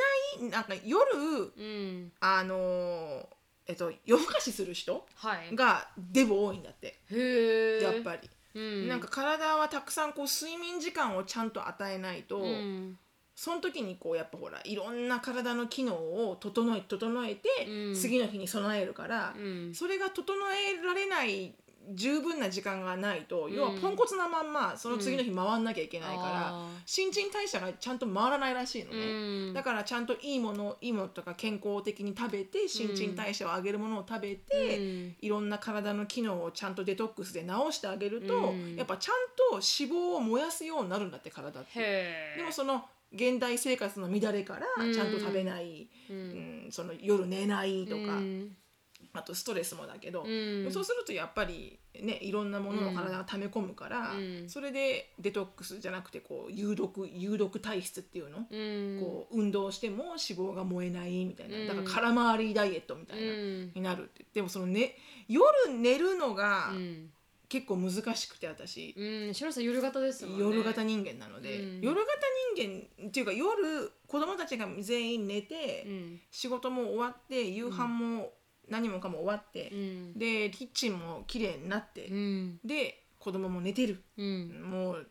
なんか夜
うん
あのえっと夜更かしする人
はい
がデブ多いんだって
へえ
やっぱり、
うん
なんか体はたくさんこう睡眠時間をちゃんと与えないと、
うん
その時にこうやっぱほらいろんな体の機能を整え整えて、
うん
次の日に備えるから
う、ん
それが整えられない十分な時間がないと、
ん
要はポンコツなまんまその次の日回んなきゃいけないから、
あ
新陳代謝がちゃんと回らないらしいの
ー
ね、
うん
だからちゃんといいものいいものとか健康的に食べて新陳代謝を上げるものを食べて、
うん
いろんな体の機能をちゃんとデトックスで直してあげると、
うん
やっぱちゃんと脂肪を燃やすようになるんだって体って。
へえ
でもその現代生活の乱れから
うん
ちゃんと食べない、
う
うんんその夜寝ないとか、
うん
あとストレスもだけど、
うん
そうするとやっぱりねいろんなもの
う
の
ん
体が溜め込むから、
うん
それでデトックスじゃなくてこう有毒有毒体質っていうの、
うん
こう運動しても脂肪が燃えないみたいな、
うん
だから空回りダイエットみたいな、
うん
になるってでもその、ね、夜寝るのが
うん
結構難しくて私、
うん白さん夜型ですもんね
夜型人間なので、
うん
夜型人間っていうか夜子供たちが全員寝て、
うん
仕事も終わって夕飯も何もかも終わって、
うん
でキッチンも綺麗になって、
うん
で子供も寝てる
うん
もう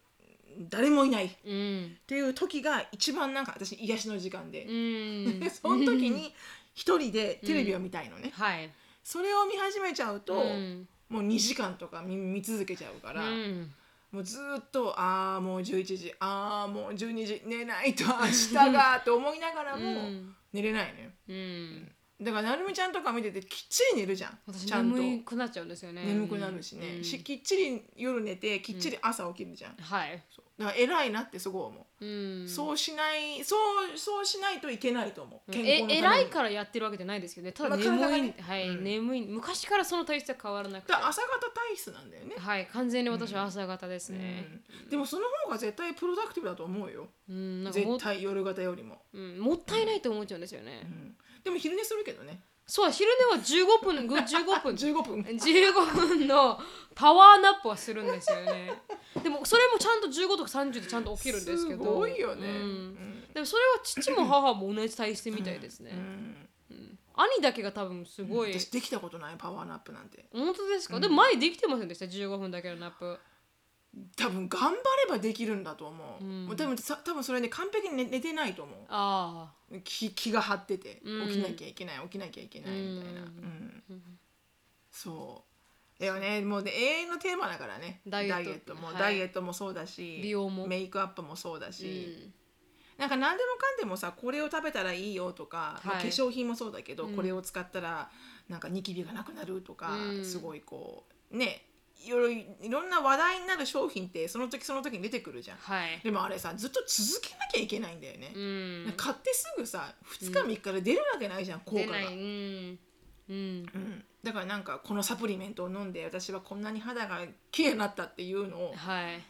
誰もいないっ
うん
ていう時が一番なんか私癒しの時間で、
うん
で その時に一人でテレビを見たいのね、
はい
それを見始めちゃうと、
うん
もう2時間とか見見続けちゃうから。
うん
もうずーっとああもう11時ああもう12時寝ないと明日がと思いながらも
うん
寝れないのよ
うん
だからなるみちゃんとか見ててきっちり寝るじゃん
私
ちゃんと
眠くなっちゃうんですよね
眠くなるしね、
うん
しきっちり夜寝てきっちり朝起きるじゃん、
はい
そうだから偉いなってすごい思
うん
う、そうしないそうそうしないといけないと思う健康のため
え
に
偉いからやってるわけじゃないですけどねただ
まあ体が
眠い、
ね
はい、
うん
眠い昔からその体質は変わらなくて
だから朝方体質なんだよね、
はい完全に私は朝型ですね
うんでもその方が絶対プロダクティブだと思うよ
うん、なんかも
絶対夜型よりも、
うん、もったいないと思っちゃうんですよね、
うんでも昼寝するけどね
そう昼寝は15分 ぐ15分
15分
15分のパワーナップはするんですよねでもそれもちゃんと15とか30でちゃんと起きるんですけど
ごいよね、
う
うんん
でもそれは父も母も同じ体質みたいですね、
うん
兄だけが多分すごい、
私できたことないパワーナップなんて
本当ですか、でも前できてませんでした15分だけのナップ
多分頑張ればできるんだと思う、
うん
もう多分さ多分それね完璧に寝寝てないと思
ああ
う気気が張ってて
うん
起きなきゃいけない、起きなきゃいけないみたいな、
う
うんんそうだよねもうね永遠のテーマだからね
ダイエット
も、
はい
ダイエットもそうだし
美容も
メイクアップもそうだ
う
し、
ん
なんか何でもかんでもさこれを食べたらいいよとか、まあ
はい
化粧品もそうだけど、
うん
これを使ったらなんかニキビがなくなるとか、
うん
すごいこうねいろいろいろんな話題になる商品ってその時その時に出てくるじゃん。
はい
でもあれさずっと続けなきゃいけないんだよね
う。ん
なんか買ってすぐさ2日3日で出るわけないじゃん、効
出
果が
ないうんうん
うん。だからなんかこのサプリメントを飲んで私はこんなに肌が綺麗になったっていうのを
はい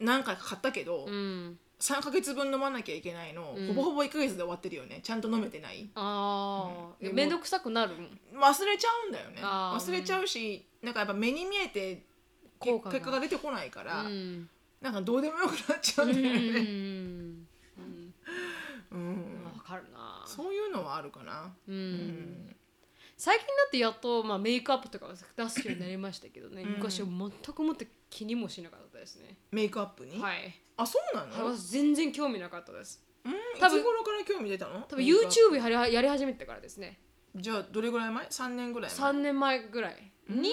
何回か買ったけど、
うん
3ヶ月分飲まなきゃいけないの、
うん
ほぼほぼ1ヶ月で終わってるよねちゃんと飲めてない
ああ
うん
面倒くさくなる
忘れちゃうんだよね
あー
忘れちゃうしなんかやっぱ目に見えてけ
効
結
果
果
が
が出てこないから、
うん
なんかどうでもよくなっちゃう
うんん
だ
う
よね、
ん
うん
うんわかるな
そういうのはあるかな、
う
うん
ん最近になってやっとまあメイクアップとかを出すようになりましたけどね
うん
昔は全くもって気にもしなかったですね
メイクアップに、
はい
あそうなの、
はい私全然興味なかったです
うん、
多
多
分
分いつ頃から興味出たの
多分
メイクアップ
YouTube やりはやり始めてからですね
じゃあどれぐらい前3年ぐらい前
3年前ぐらいに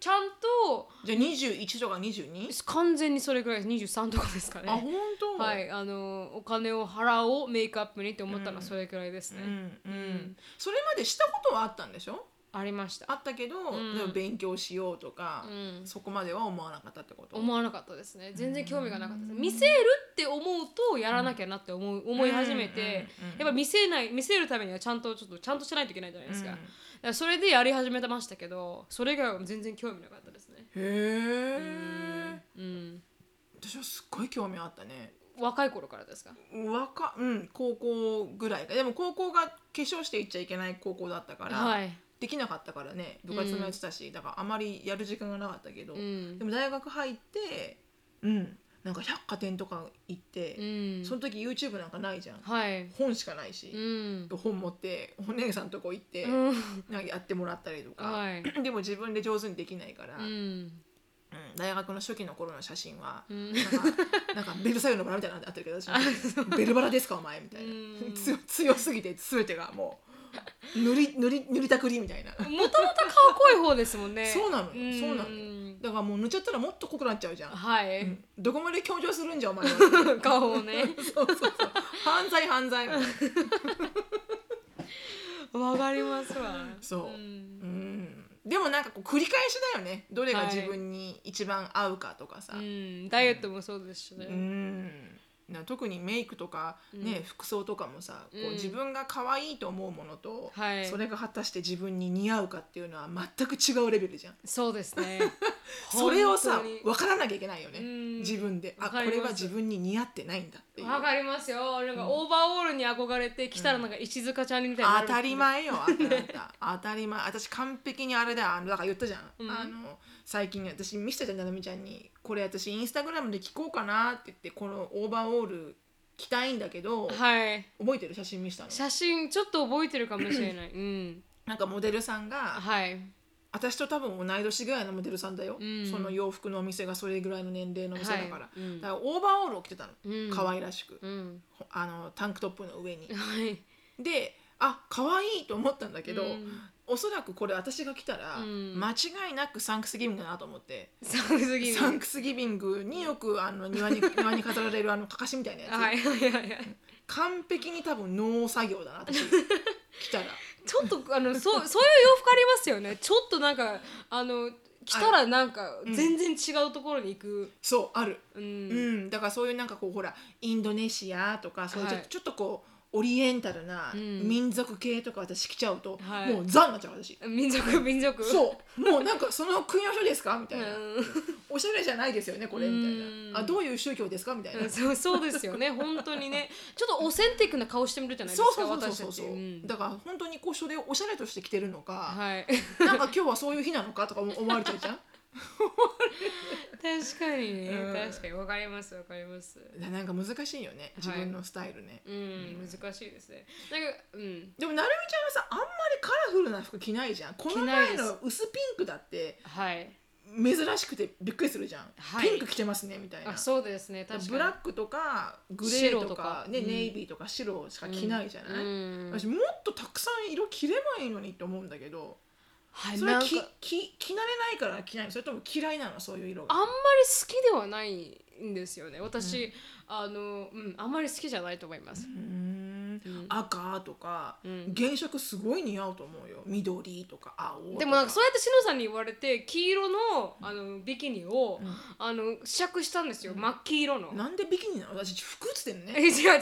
ちゃんと
じゃあ21とか 22?
完全にそれぐらいです23とかですか
あ
ね
本当
はいあのお金を払おうメイクアップにって思ったのはそれぐらいです
うん
ね、
うん
ん
それまでしたことはあったんでしょ
ありました
あったけど、
ん
でも勉強しようとか
う、ん
そこまでは思わなかったってこと
思わなかったですね全然興味がなかったです
うん
見せるって思うとやらなきゃなって思う思い始めて、
うんうん
やっぱ見せない見せるためにはちゃんとちょっとちゃんとしないといけないじゃないですか,、だからそれでやり始めてましたけどそれ以外は全然興味なかったですね
へえ、
うん
私はすっごい興味あったね
若い頃からですか
若うん高校ぐらいでも高校が化粧していっちゃいけない高校だったから、
はい、
できなかったからね部活もやってたし、だからあまりやる時間がなかったけど、
うん
でも大学入ってうんなんか百貨店とか行って、
うん、
その時 YouTube なんかないじゃん、
はい
本しかないし
う、ん、
本持ってお姉さんとこ行って、
うん
なんかやってもらったりとか、
はい、
でも自分で上手にできないから、
う
うん
ん
大学の初期の頃の写真は、
うん
なんかなんかベルサイユのバラみたいなのあってるけど私ベルバラですかお前」みたい
う
な
ん
強強すぎて全てがもう塗り塗り塗りたくりみたいな
もともと顔濃い方ですもんね
そうなのよ
ん
そうなのよだからもう塗っちゃったらもっと濃くなっちゃうじゃん、
はい、
うんどこまで強調するんじゃお前は
顔をね
そうそうそう犯罪犯罪みたいな
わかりますわ
そうんうんでもなんかこう繰り返しだよねどれが自分に一番合うかとかさ、
うん、ダイエットもそうですしね、
うんな特にメイクとか、ね
うん
服装とかもさこ
う
うん自分が可愛いと思うものと、
はい
それが果たして自分に似合うかっていうのは全く違うレベルじゃん。
そうですね
それをさ
本当に
分からなきゃいけないよね
うん
自分であ
わ
こ
かります
れは自分に似合ってないんだっていう
わかりますよなんかオーバーオールに憧れて来たらなんか石塚ちゃんみたいになる
当たり前よあなた当たり前私完璧にあれだよあのだから言ったじゃん、
うん
あの最近私ミスターちゃんななみちゃんにこれ私インスタグラムで聞こうかなって言ってこのオーバーオール着たいんだけど、
はい
覚えてる写真見せたの
写真ちょっと覚えてるかもしれないうん
なんかモデルさんが
はい
私と多分同い年ぐらいのモデルさんだよ、
うん
その洋服のお店がそれぐらいの年齢のお店だから,、
はいうん
だからオーバーオールを着てたの、
うん
可愛らしく、
うん
あのタンクトップの上に
はい
であ可愛いと思ったんだけど、
うん
おそらくこれ私が来たら、
うん
間違いなくサンクスギビングだなと思って、
寒すぎる
サンクスギビングによくあ の庭に庭に飾られるあのかかしみたいなやつ、
はいはいはいはい
完璧に多分農作業だな 私来たら
ちょっとあのそうそういう洋服ありますよねちょっとなんかあの着たらなんか
ん
全然違うところに行く
そうある、
う
うん
ん、
だからそういうなんかこうほらインドネシアとかそういうちょ,、
はい
ちょっとこうオリエンタルな
うん
民族系とか私来ちゃうと、
はい
もうザになっちゃう私。
民族民族
そうもうなんかその国の人ですかみたいな、
うん
おしゃれじゃないですよねこれみた
う
い
ん
なあどういう宗教ですかみたいな、
うんそうそうですよね本当に ねちょっとオセンティックな顔してみるじゃないです
そう
か
そうそう
私
そ
た
う
ち
そう、
ん
だから本当にこうそれをおしゃれとして着てるのか、
はい
なんか今日はそういう日なのかとか思思われちゃうじゃん
確かにね、
うん
確かにわかりますわかります
だなんか難しいよね自分のスタイルね、
うん、難しいですねなんかうん
でもなるみちゃんはさあんまりカラフルな服着ないじゃんこの
着ない
前
です
の薄ピンクだって
はい
珍しくてびっくりするじゃん、
はい
ピンク着てますねみたいな
あそうですね
だから
確かに
ブラックとかグレー
白
と
と
か
か
ね
うん
ネイビーとか白しか着ないじゃない、
うん
私もっとたくさん色着ればいいのにって思うんだけど
はい
それ
なんか
きき着慣れないから着ないのそれとも嫌いなのそういう色
あん
が
まり好きではないんですよね私、あのうんあんまり好きじゃないと思います、
うーん
うん
赤とか、
うん
原色すごい似合うと思うよ緑とか青とか
でもなんかそうやってしのさんに言われて黄色のあのビキニを、
ん
あの試着したんですよ、真っ黄色の。
なんでビキニなの私服っつってん の
え
ね
違う違うシロ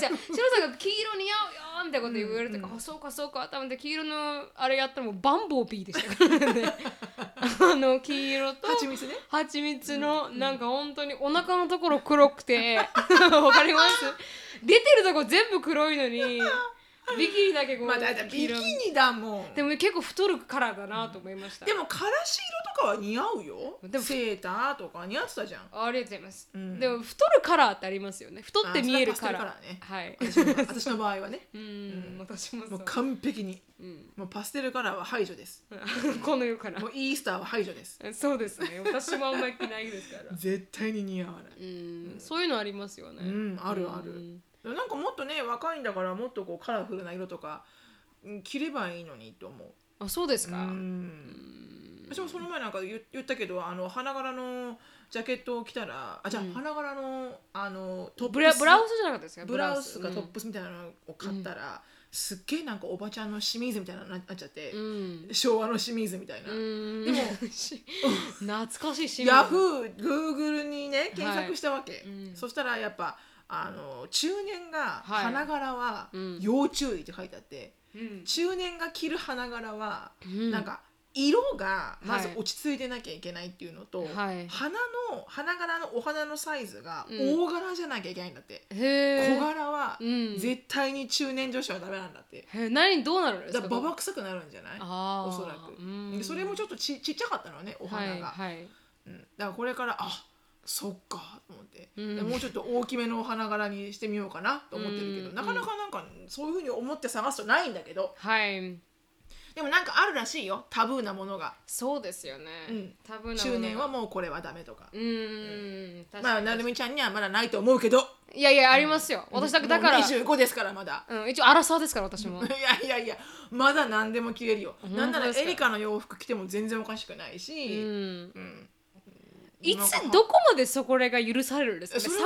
さんが黄色似合うよみたいなこと言われて、
うんうん
あそうかそうかと思って黄色のあれやったらもうバンボービーでしたから ねあの黄色と
蜂蜜ね
蜂蜜のなんか本当にお腹のところ黒くて わかります出てるとこ全部黒いのにビキニだけこう
まあだいたい
黄
ビキ
色
ニだもん
で
でも
も結構太るカラーだなと思いました、
からし色とかは似合うよ
でも
セーターとか似合ってたじゃん
ありがとうございます、
うん
でも太るカラーってありますよね太って見えるカラー
あ
はい
それはパステルカラーね私の場合はね
うん、私もそ
もう
う
完璧に
うん、
もうパステルカラーは排除です
この世から
もうイースターは排除です
そうですね私もあんまり着ないですから
絶対に似合わない
うんそういうのありますよね
うんあるある
うん
でもなんかもっとね若いんだからもっとこうカラフルな色とかうん着ればいいのにと思う
あそうですか、
うん私もその前なんか言言ったけどあの花柄のジャケットを着たらあじゃあ
うん
花柄のあのトップス
ブラブラウスじゃなかったですか
ブラウスかトッ
うん
プスみたいなのを買ったら、すっげえなんかおばちゃんの清水みたいなのになっちゃって
う、ん
昭和の清水みたいな、
うん
でも
懐かしいシーン
ヤフーグーグルにね検索したわけ、
うん
そしたらやっぱあの中年が
はい
花柄は
うん
要注意って書いてあって、
うん
中年が着る花柄は
うん
なんか色がまず
はい
落ち着いてなきゃいけないっていうのと、
はい
花の花柄のお花のサイズが
うん
大柄じゃなきゃいけないんだって、
へえ
小柄は
うん
絶対に中年女子はダメなんだって、
へえ何どうなるんです
だ
か
からババ臭くなるんじゃない
あー
おそらく、
うん
でそれもちょっとちちっちゃかったのねお花が、
はいはい
うん、だからこれからあそっかと思って、
うん
でもうちょっと大きめのお花柄にしてみようかなと思ってるけど、
うん
なかなかなんかそういうふうに思って探すとないんだけど
はい
でもなんかあるらしいよタブーなものが
そうですよね、
うん
多分
中年はもうこれはダメとか
うーん確
ま
か
あ
に
なるみちゃんにはまだないと思うけど
いやいやありますよ私だだから
もう25ですからまだ。
うん、一応アラサーですから私も
いやいやいやまだ何でも着れるよ
本当
なんなら
で
エ
すか
リカの洋服着ても全然おかしくないうし、
ん
うん
い
なんか
つどこまでそこれが許されるんですかね
それ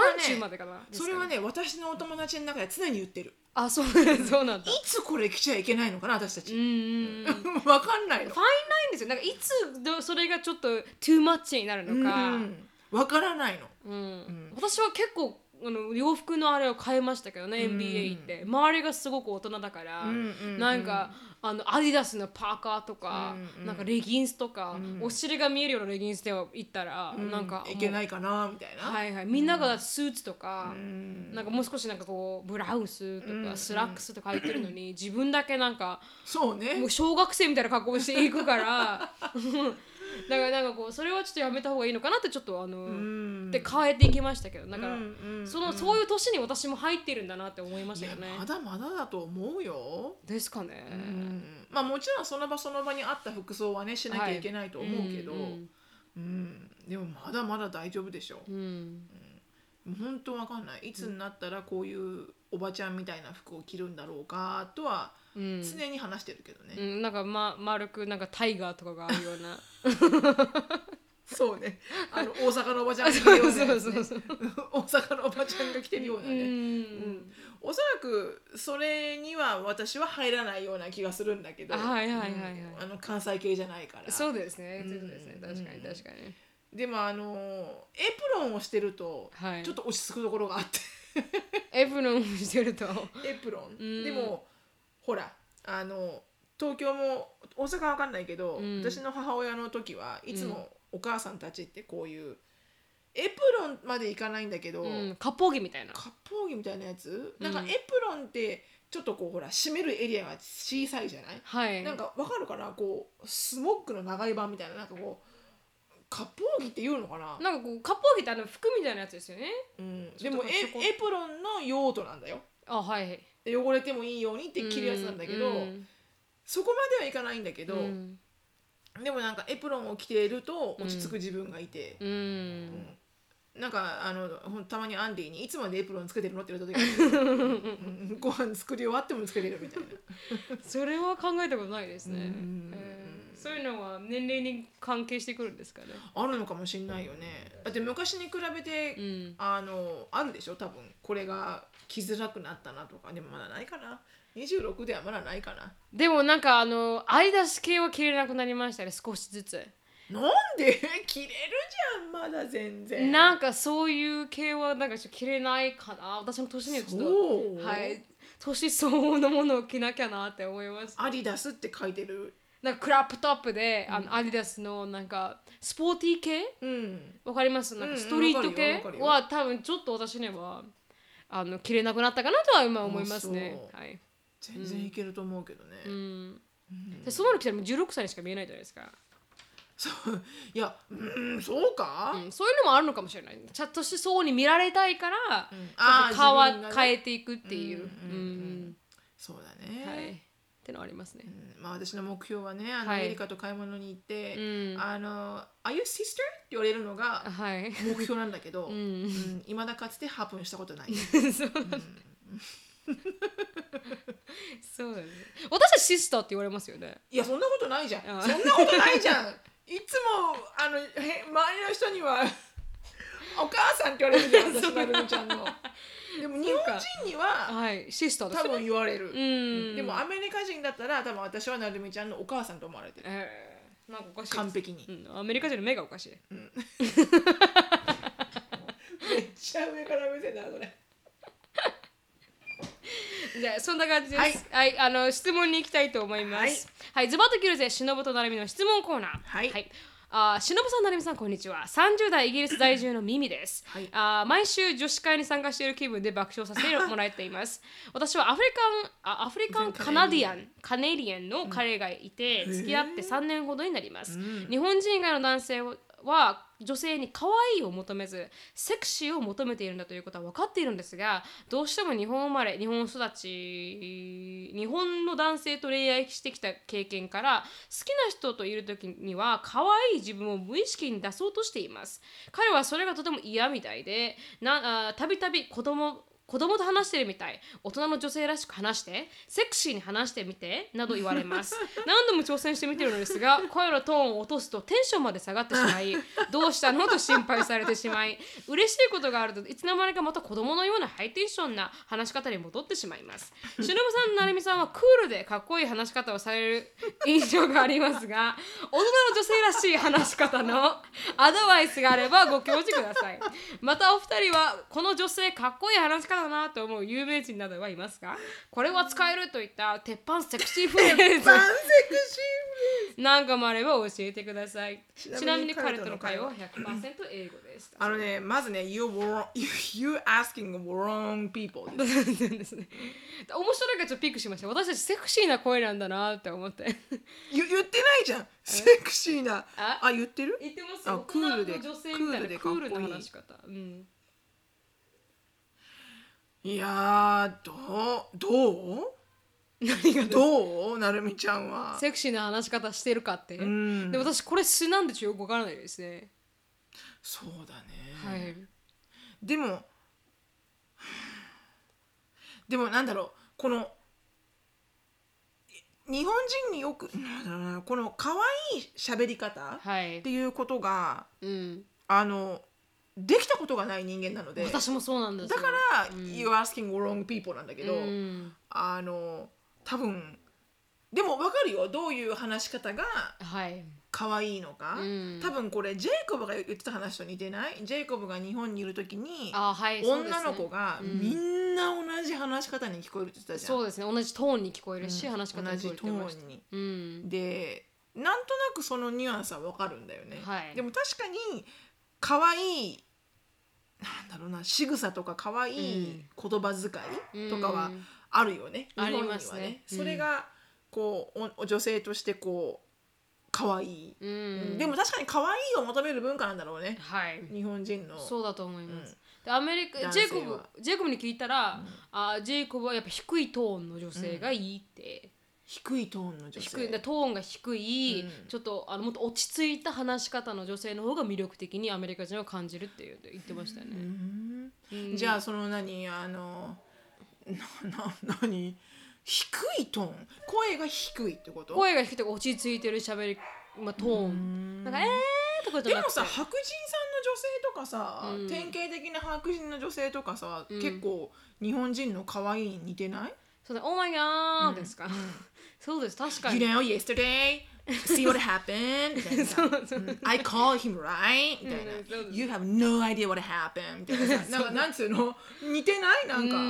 30
はね
までかな
それは
ですか
ね私のお友達の中で常に言ってる
あそうそうなんだ
いつこれ着ちゃいけないのかな私た
うん
ち、
うんうんファイン
わかんないの
ラインですよなんかいつどそれがちょっとトゥーマッチになるのか、
うんわからないの
うん
ん
私は結構あの洋服のあれを変えましたけどね、
うん
NBA 行って周りがすごく大人だから、
うんうん
なんかあのアディダスのパーカーとか、
うんうん
なんかレギンスとか、
うん
お尻が見えるようなレギンスでは行ったら、
うん
なんか
いけ
も
ないかなみたいうな、
はいはいみんながスーツとか
う、ん
なんかもう少しなんかこうブラウスと
うん
かスラックスとか入ってるのに、自分だけなんか
そ
も
うね
う小学生みたいな格好をしていく からだからなんかこうそれはちょっとやめた方がいいのかなってちょっとあの、
うん
で変えていきましたけどだから、
うんうん
そのそういう年に私も入ってるんだなって思いまし
い
た
や
よね。
まだまだだと思うよ、
ですかね。
うんまあもちろんその場その場に合った服装はねしなきゃいけないと思うけど、
ん
うんでもまだまだ大丈夫でしょ
うんうん
もう本当わかんないいつになったらこういうおばちゃんみたいな服を着るんだろうかとは
うん
常に話してるけどね、
うん、なんか、ま、丸くなんかタイガーとかがあるような
そ うねあの大阪のおばちゃんが着てるようなやつね
そうそう
大阪のおばちゃんが着てるよ うな
う
ね、
ん、
おそらくそれには私は入らないような気がするんだけど、
はいはいはいはい
うんあの関西系じゃないから
そうですね
うん
そうですね確かに確かに
でもあのーエプロンをしてると
はい
ちょっと落ち着くところがあ って
エプロンをしてると
エプロン、
うん
でもほらあの東京も大阪はわかんないけど、
うん
私の母親の時はいつもお母さんたちってこういうエプロンまでいかないんだけど、
うん割烹着みたいな
割烹着みたいなやつ、なんか
う
エ
ん
プロンってちょっとこうほら締めるエリアが小さいじゃない、
はい
なんかわかるかなこうスモックの長い版みたいななんかこう割烹着っていうのかな、
なんかこう割烹着ってあの服みたいなやつですよね
うん、で
ちょっ
も
と
エ
こうそこ
エプロンの用途なんだよ
あはい
で汚れてもいいようにって着るやつなんだけど、
うん
そこまではいかないんだけど、
うん
でもなんかエプロンを着ていると落ち着く自分がいて、
うん
なんかあのほんたまにアンディに「いつまでエプロンつけてるの?」って言われ た時あるうんご飯作り終わってもつけてるみたいな。
それは考えたことないですね、
うん
えーそういうのは年齢に関係してくるんですかね、
あるのかもしれないよねだって昔に比べて、
うん、
あのあるでしょ多分これが着づらくなったなとかでもまだないかな26ではまだないかな
でもなんかあのアイダス系は着れなくなりましたね少しずつ
なんで 着れるじゃんまだ全然
なんかそういう系はなんかちょっと着れないかな私の年にはちょっ
そう
とはい年相応のものを着なきゃなって思います
アディダスって書いてる
なんかクラップトップで、あのアディダスのなんかスポーティー系
うん
わかりますなん
うん
かストリート
わ
系
かるよわ
は多分ちょっと私にはあの着れなくなったかなとは今思いますね
あそ
はい、
全然いけると思うけどね、
うん、でそんなの着たらもう16歳にしか見えないじゃないですか
そういやうんそうか、
うんそういうのもあるのかもしれないちゃんとしそうに見られたいから、
ん
ちゃんと顔
あー自
は
分がね
変えていくっていう
うんうん
うん
そうだね、
はいってのありますね
うんまあ、私の目標はねあの、
はい
エリカと買い物に行って「
うん
あの Are you sister?」って言われるのが
はい
目標なんだけど、
う
うん
ん
いまだかつてハープンしたこと ない。
そうそうだね私はシスターって言われますよね
いやそんなことないじゃん。そん
あ
なことないじゃん。いつもあのへ 周りの人にはお母さんって言われるじゃん私なるみちゃんの。でも日本人には
はいシスターです
多分言われる、
うん
でもアメリカ人だったら多分私はなるみちゃんのお母さんと思われてる
えーなんかおかしいです
完璧に、
うんアメリカ人の目がおかしい
うん、めっちゃ上から目線だなそれ
じゃあそんな感じです。はい、あの質問に行きたいと思います。はい、ズバッと切るぜ、しのぶとなるみの質問コーナー。
はい
あーしのぶさん、なるみさん、こんにちは。30代イギリス在住のミミです。
はい
あー毎週女子会に参加している気分で爆笑させてもらってい ます。私はアフリカン、あアフリカンカナディアン、カネリアンの彼がいて、
うん
付き合って3年ほどになります。
うん
日本人以外の男性は女性に可愛いを求めずセクシーを求めているんだということは分かっているんですがどうしても日本生まれ日本育ち日本の男性と恋愛してきた経験から好きな人といる時には可愛い自分を無意識に出そうとしています彼はそれがとても嫌みたいでなあたびたび子供子供と話してるみたい大人の女性らしく話してセクシーに話してみてなど言われます何度も挑戦してみてるのですが声のトーンを落とすとテンションまで下がってしまいどうしたのと心配されてしまい嬉しいことがあるといつの間にかまた子供のようなハイテンションな話し方に戻ってしまいますしのぶさんなるみさんはクールでかっこいい話し方をされる印象がありますが大人の女性らしい話し方のアドバイスがあればご教示くださいまたお二人はこの女性かっこいい話し方だなと思う有名人などはいますかこれは使えるといった鉄板セクシーフレーズ
パンセクシ
なんかもあれば教えてくださいち
ち
な
なみに
みに彼との会話は100%英語です
ーあのねまずね you wrong you asking wrong people です
全然ですね面白いからちょっとピックしました私たちセクシーな声なんだなって思って
ゆ言ってないじゃんセクシーな
あ
あ言ってる
言ってます
あ
よ
クールで
大人の女性みたいなクー
クールで
ル
かっこいい
な話し方うん
いやーどうどう
何が
どうなるみちゃんは
セクシーな話し方してるかって
うん
で私これ素なんでちょっとよくわからないですね
そうだ
は
ね、
い
でもでもなんだろうこのい日本人によくなんだろうなこの可愛い喋り方
はい
っていうことが
うん
あのできたことがない人間なのでだか
私もそうなんですよ
ら
う
「
ん
You're asking wrong people」なんだけど、
うん
あの多分でも分かるよどういう話し方が
はい
可愛いのか、
うん
多分これジェイコブが言ってた話と似てないジェイコブが日本にいる時に
あはいそうですね
女の子が
うん
みんな同じ話し方に聞こえるって言ってたじゃん、
そうですね同じトーンに聞こえるし、
うん
話し方
同
に聞
じ
こえ
ト
てまし
ー
た
ンに
うん
でなんとなくそのニュアンスはわかるんだよね、
はい
でも確かに可愛いなんだろうな仕草とか可愛い言葉遣いとかは
うん
あるよね、
うん
日
あり
本にはね
ますねうん
それがこうお女性としてこう可愛い、
うん
でも確かに可愛いを求める文化なんだろうね
はい
日本人の
そうだと思います、
うん
でアメリカ
男
ジ
性
ェ
は
イコブジェイコブに聞いたら、あジェイコブはやっぱ低いトーンの女性がいいって、
低いトーンの女性
低いだトーンが低い、
うん
ちょっとあのもっと落ち着いた話し方の女性の方が魅力的にアメリカ人は感じるっていう言ってましたね、
うん
うん
じゃあその何あのなな何低いトーン声が低いってこと
声が低くて落ち着いてる喋りまあトーン、
うん
なんかえーとかじ
で
ゃなく
も
て
さ白人さんの女性とかさ、
うん
典型的な白人の女性とかさ、
うん
結構日本人の可愛いに似てない
そうだ、オーマイガーですか、 そうです確か
?You
に
know yesterday see what happened みたいなさ
そう
うん I call him right みたいな
うんそうそう
You have no idea what happened みたい なさなんかなんつうの似てないなんかこ
う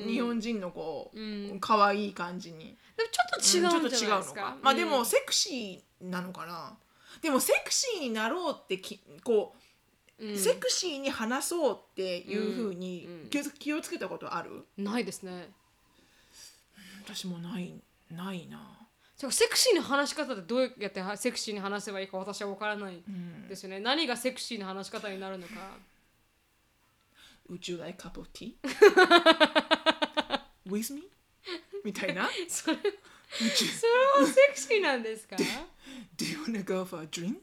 ん
う日本人のこう
うん
可愛い感じに。
でもちょっと違うんじゃないです
うんちょっと違う
か
のか。まあ
うん
でもセクシーなのかな。でもセクシーになろうってきこ
う
う、
ん
セクシーに話そうっていうふう
うん
に気を,、気をつけたことある？
ないですね。
私もないないな。
てかセクシーな話し方ってどうやってはセクシーに話せばいいか私は分からない
うん
ですよね。何がセクシーな話し方になるの か。
Would you like a cup of tea? With me? みたいな。
それ
Would you,
それはセクシーなんです か
do you wanna go for a drink?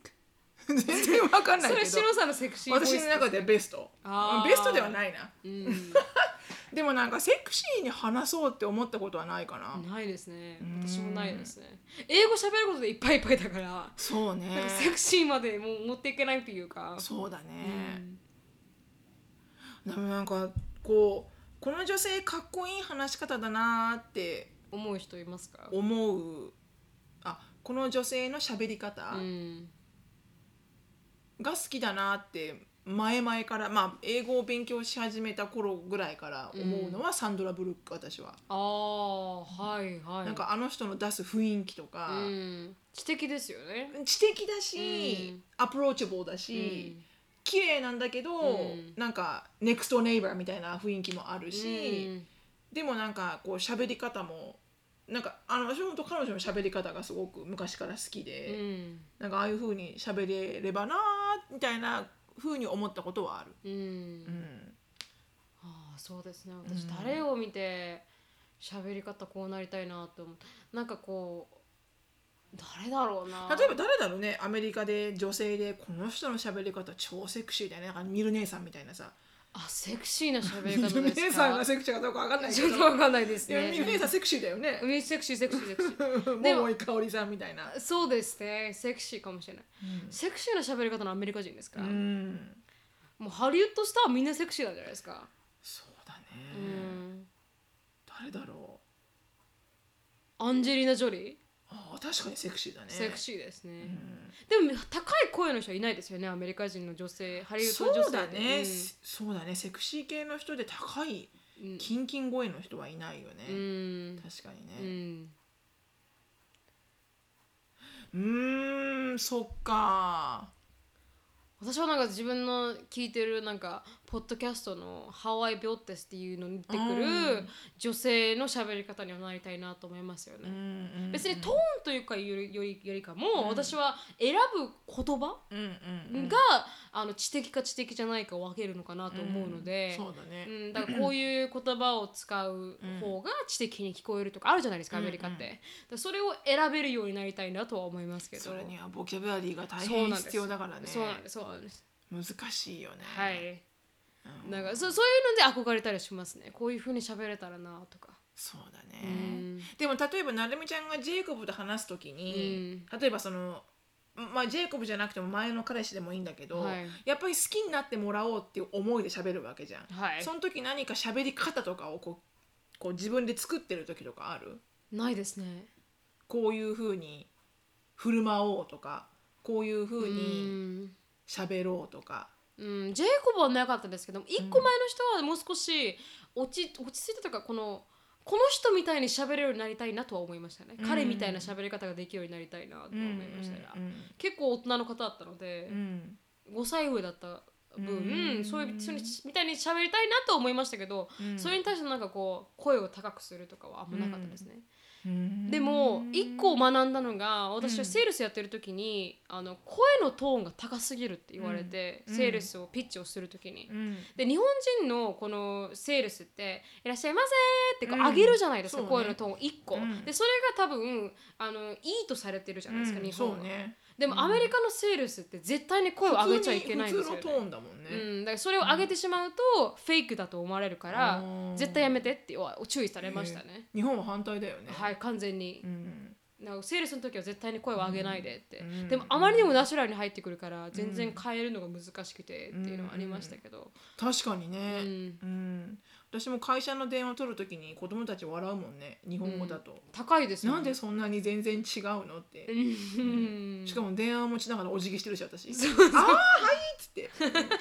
全然わかんない
そ
け
れ
ど。
白さんのセクシーボイス
私の中でベスト
あー
ベストではないな
うん、
でもなんかセクシーに話そうって思ったことはないかな、
ないですね
ん
私もないですね英語喋ることでいっぱいいっぱいだから、
そう
なん
ね
かセクシーまでもう持っていけないというか
そうだ
う
ね、
ん
でもなんかこうこの女性かっこいい話し方だなーって
思う人いますか
思うあこの女性の喋り方
うん
が好きだなーって前々から、まあ、英語を勉強し始めた頃ぐらいから思うのはサンドラ・ブルック私は、
ああはいはい
なんかあの人の出す雰囲気とか
う、ん知的ですよね
知的だし、
うん
アプローチャブルだし、綺麗なんだけど、
うん
なんかネクストネイバーみたいな雰囲気もある
うん
し、でもなんかこう喋り方もなんかあの私本当彼女の喋り方がすごく昔から好き
うんう
で、
ん
なんかああいう風に喋れればなーみたいな風に思ったことはある。
うん
うん
ああそうですね私
うん
誰を見て喋り方こうなりたいなと思うなんかこう誰だろうな
例えば誰だろうねアメリカで女性でこの人の喋り方超セクシーだよねなんかミル姉さんみたいなさ
あセクシーな喋り
ミル
方です
姉さん
か
がセクシーかどうかわかんないけ
ち
ど
ょっとわかんないです
いや
ね
ミル姉さんセクシーだよね
うんセクシーセクシーセクシでも
桃井かおりさんみたいな
ーそうですねセクシーかもしれないセクシーな喋り方のアメリカ人ですか、
うん
もうハリウッドスターはみんなセクシーなんじゃないですか、
そうだね、
うん、
誰だろう
アンジェリーナ・ジョリー、
あー確かにセクシーだね
セクシーですね、
うん
でも高い声の人はいないですよねアメリカ人の女性ハリウッド女性
そうだ
で
ね、そうだねセクシー系の人で高い
うん
キンキン声の人はいないよ
う
ね、
ん、
確かに
う
ね
ん、
うーんそっか
私はなんか自分の聞いてるなんかポッドキャストの「How I Built This」っていうのに出てく
う
る
ん
女性の喋り方にはなりたいなと思いますよ
うんう
ね。
んうん
別にトーンというかよりよりよりかも、
うん
私は選ぶ言葉
うんうんうん
が、あの知的か知的じゃないかを分けるのかなと思うので、
うんそうだね、
うん、だからこういう言葉を使う方が知的に聞こえるとかあるじゃないですか、
うん
アメリカって、だからそれを選べるようになりたいなとは思いますけど
それにはボキャブラリーが大
そう
変
なんです
必要だからね
そうなんですそうなんです
難しいよね
はい
うん
なんかそそういうので憧れたりしますねこういうふうに喋れたらなとか、
そうだね、
うん
でも例えばなるみちゃんがジェイコブと話すときに、例えばそのまあジェイコブじゃなくても前の彼氏でもいいんだけど、
はい
やっぱり好きになってもらおうっていう思いで喋るわけじゃん、
はい
その時何か喋り方とかをこうこう自分で作ってる時とかある
ないですね
こういうふうに振る舞おうとかこういうふう
う
に
ん
喋ろうとか、
うん、ジェイコブはなかったですけど一個前の人はもう少し落ち落ち着いたというかこのこの人みたいに喋れるようになりたいなとは思いましたね、
うん
彼みたいな喋り方ができるようになりたいなとは思いましたが、結構大人の方だったので
うん、うん
5歳上だった分、
うん
そういう人にみたいに喋りたいなとは思いましたけど、
うん
それに対してなんかこう声を高くするとかはあんまなかったですね、
うん
でも一個学んだのが私
うん
はセールスやってる時に、あの声のトーンが高すぎるって言われて、
うん
セールスをピッチをする時に、
うん
で日本人のこのセールスって「いらっしゃいませ」ってこう
う
上
ん
げるじゃないですか、
そうね
声のトーンを1個、
うん
でそれが多分あのいいとされてるじゃないですか、
うん
日本は、
そうね
でもアメリカのセールスって絶対に声を上げちゃいけないんですよ、
普
ね
通に普通のトーンだもんね、
うん、だからそれを上げてしまうと、フェイクだと思われるから、
うん
絶対やめてっては注意されましたね、
日本は反対だよね
はい完全に
う、ん
なんかセールスの時は絶対に声を上げないでって、
うん
でもあまりにもナチュラルに入ってくるから全然変えるのが難しくてっていうのはありましたけど、
確かに
うん
ね、うん私も会社の電話取るときに子供たち笑うもんね日本語だと、
高いですよね
なんでそんなに全然違うのって、
うん
しかも電話持ちながらお辞儀してるし 私「
そう
ああはい」っつって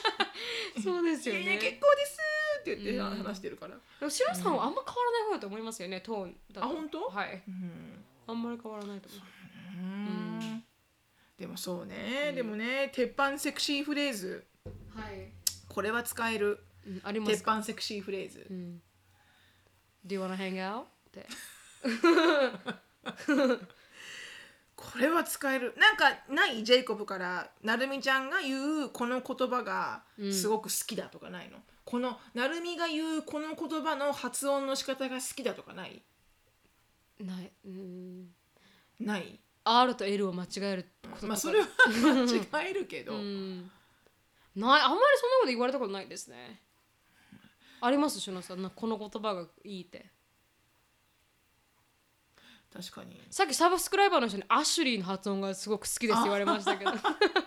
「
そうです
い
よ
やいや結
ね
構です」って言って
うん
話してるから、
でもシロさんはあんま変わらない方だと思いますよねトーンだと
あ本当
はい
うん
あんまり変わらないと思う
うんでもそうね、
うん
でもね鉄板セクシーフレーズ
はい、
これは使える
うん、ありま
鉄
すか
板セクシーフレーズ、
うん、Do you wanna hang out? って
これは使えるなんかないジェイコブからなるみちゃんが言うこの言葉が
うん
すごく好きだとかないの、このなるみが言うこの言葉の発音の仕方が好きだとかない
ない、うん、
ない、
R と L を間違えることとか
まあそれは 間違えるけど、
うんないあんまりそんなこと言われたことないですねありますしのさんなこの言葉がいいって
確かに
さっきサブスクライバーの人にアシュリーの発音がすごく好きですって言われました けど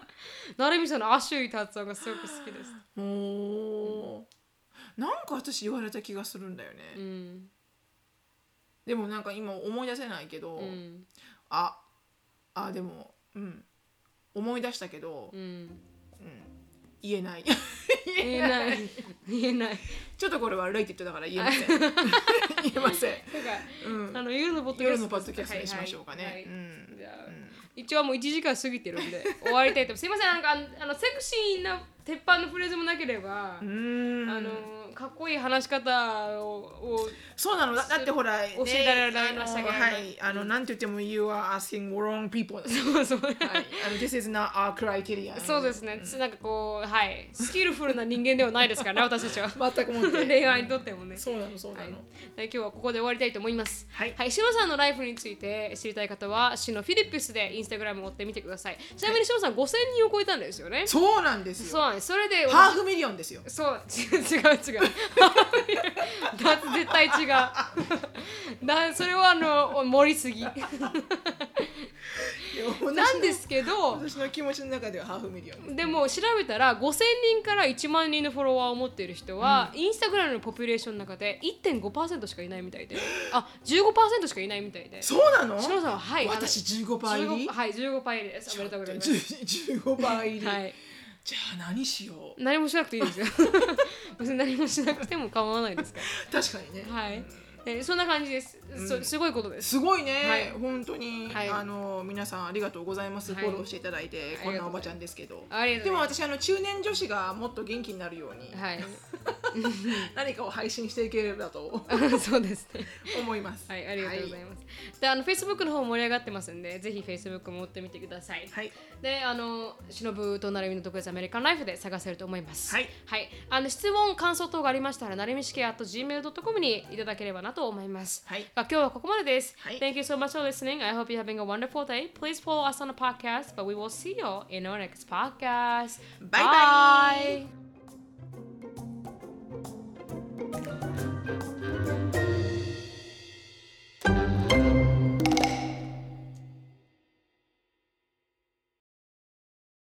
なるみさんのアシュリーの発音がすごく好きです
おーなんか私言われた気がするんだよね、
うん
でもなんか今思い出せないけど、
うん
ああでもうん思い出したけど
う、ん
うん言えない
言えない言えない
ちょっとこれ悪いって言ってたから言えません 言えません、う
あ
ん、
の夜のポッドキャ
夜
スト
のパッドキャストにしましょうかね、
はいはい
うん
じゃあ
うん
一応もう1時間過ぎてるんで終わりたいと思いますすいませんなんかあのあのセクシーな鉄板のフレーズもなければ、
うーん
あのかっこいい話し方をを
そうなのだだってほら、ね、
教えられましたけど
あのはいあの、なんて言っても You are asking wrong people はい
そうそう
あの This is not our criteria
そうですね、つなんかこうはいスキルフルな人間ではないですからね 私たちは
全くもっ て
恋愛にとってもね
そうなのそうな
は
の、
い、で今日はここで終わりたいと思います。
はい
はい、しのさんのライフについて知りたい方は、しのフィリップスでインスタグラムを追ってみてください。ちなみにしのさん5000人を超えたんですよね。
そうなんです
そう
よ
なんです。それで、
ハーフミリオンですよ
そう、違う違う 違う。だ絶対違う。 だそれはあの盛りす ぎ。なんですけど、
私の気持ちの中ではハーフミリオンです
でも調べたら5000人から1万人のフォロワーを持っている人は、インスタグラムのポピュレーションの中で1.5%しかいないみたいであ15%しかいないみたいで
そうなの
篠田さんははい
私15
あ
倍
の
入り
15はい15パイですおめでとうございます
15倍入り、
はい
じゃあ何しよう
何もしなくていい ですよ別に何もしなくても構わないですか
確かにね
らはいえそんな感じです、そすごいことです
すごいね、
はい
本当に、
はい
あの皆さんありがとうございます、
はい
フォローしていただいて
あ
こ
り
ん
がと
なお
うご
ばち
ざ
ゃんですけど
ありがと
で
う
も
ございます
私あの中年女子がもっと元気になるように、
はい
何かを配信していければと
そうですね
思います
はいありがとうござい
は
ます、であの Facebook の方盛り上がってますんでぜひ Facebook も追ってみてください
い、はい
で、あの、しのぶとなるみの特別アメリカンライフで探せると思います。
はい。
あの、質問、感想等がありましたら、なるみしけ at gmail.com にいただければなと思います。
はい
が今日はここまでです。
はい
Thank you so much for listening. I hope you're having a wonderful day. Please follow us on the podcast, but we will see you in our next podcast.
Bye bye.
bye.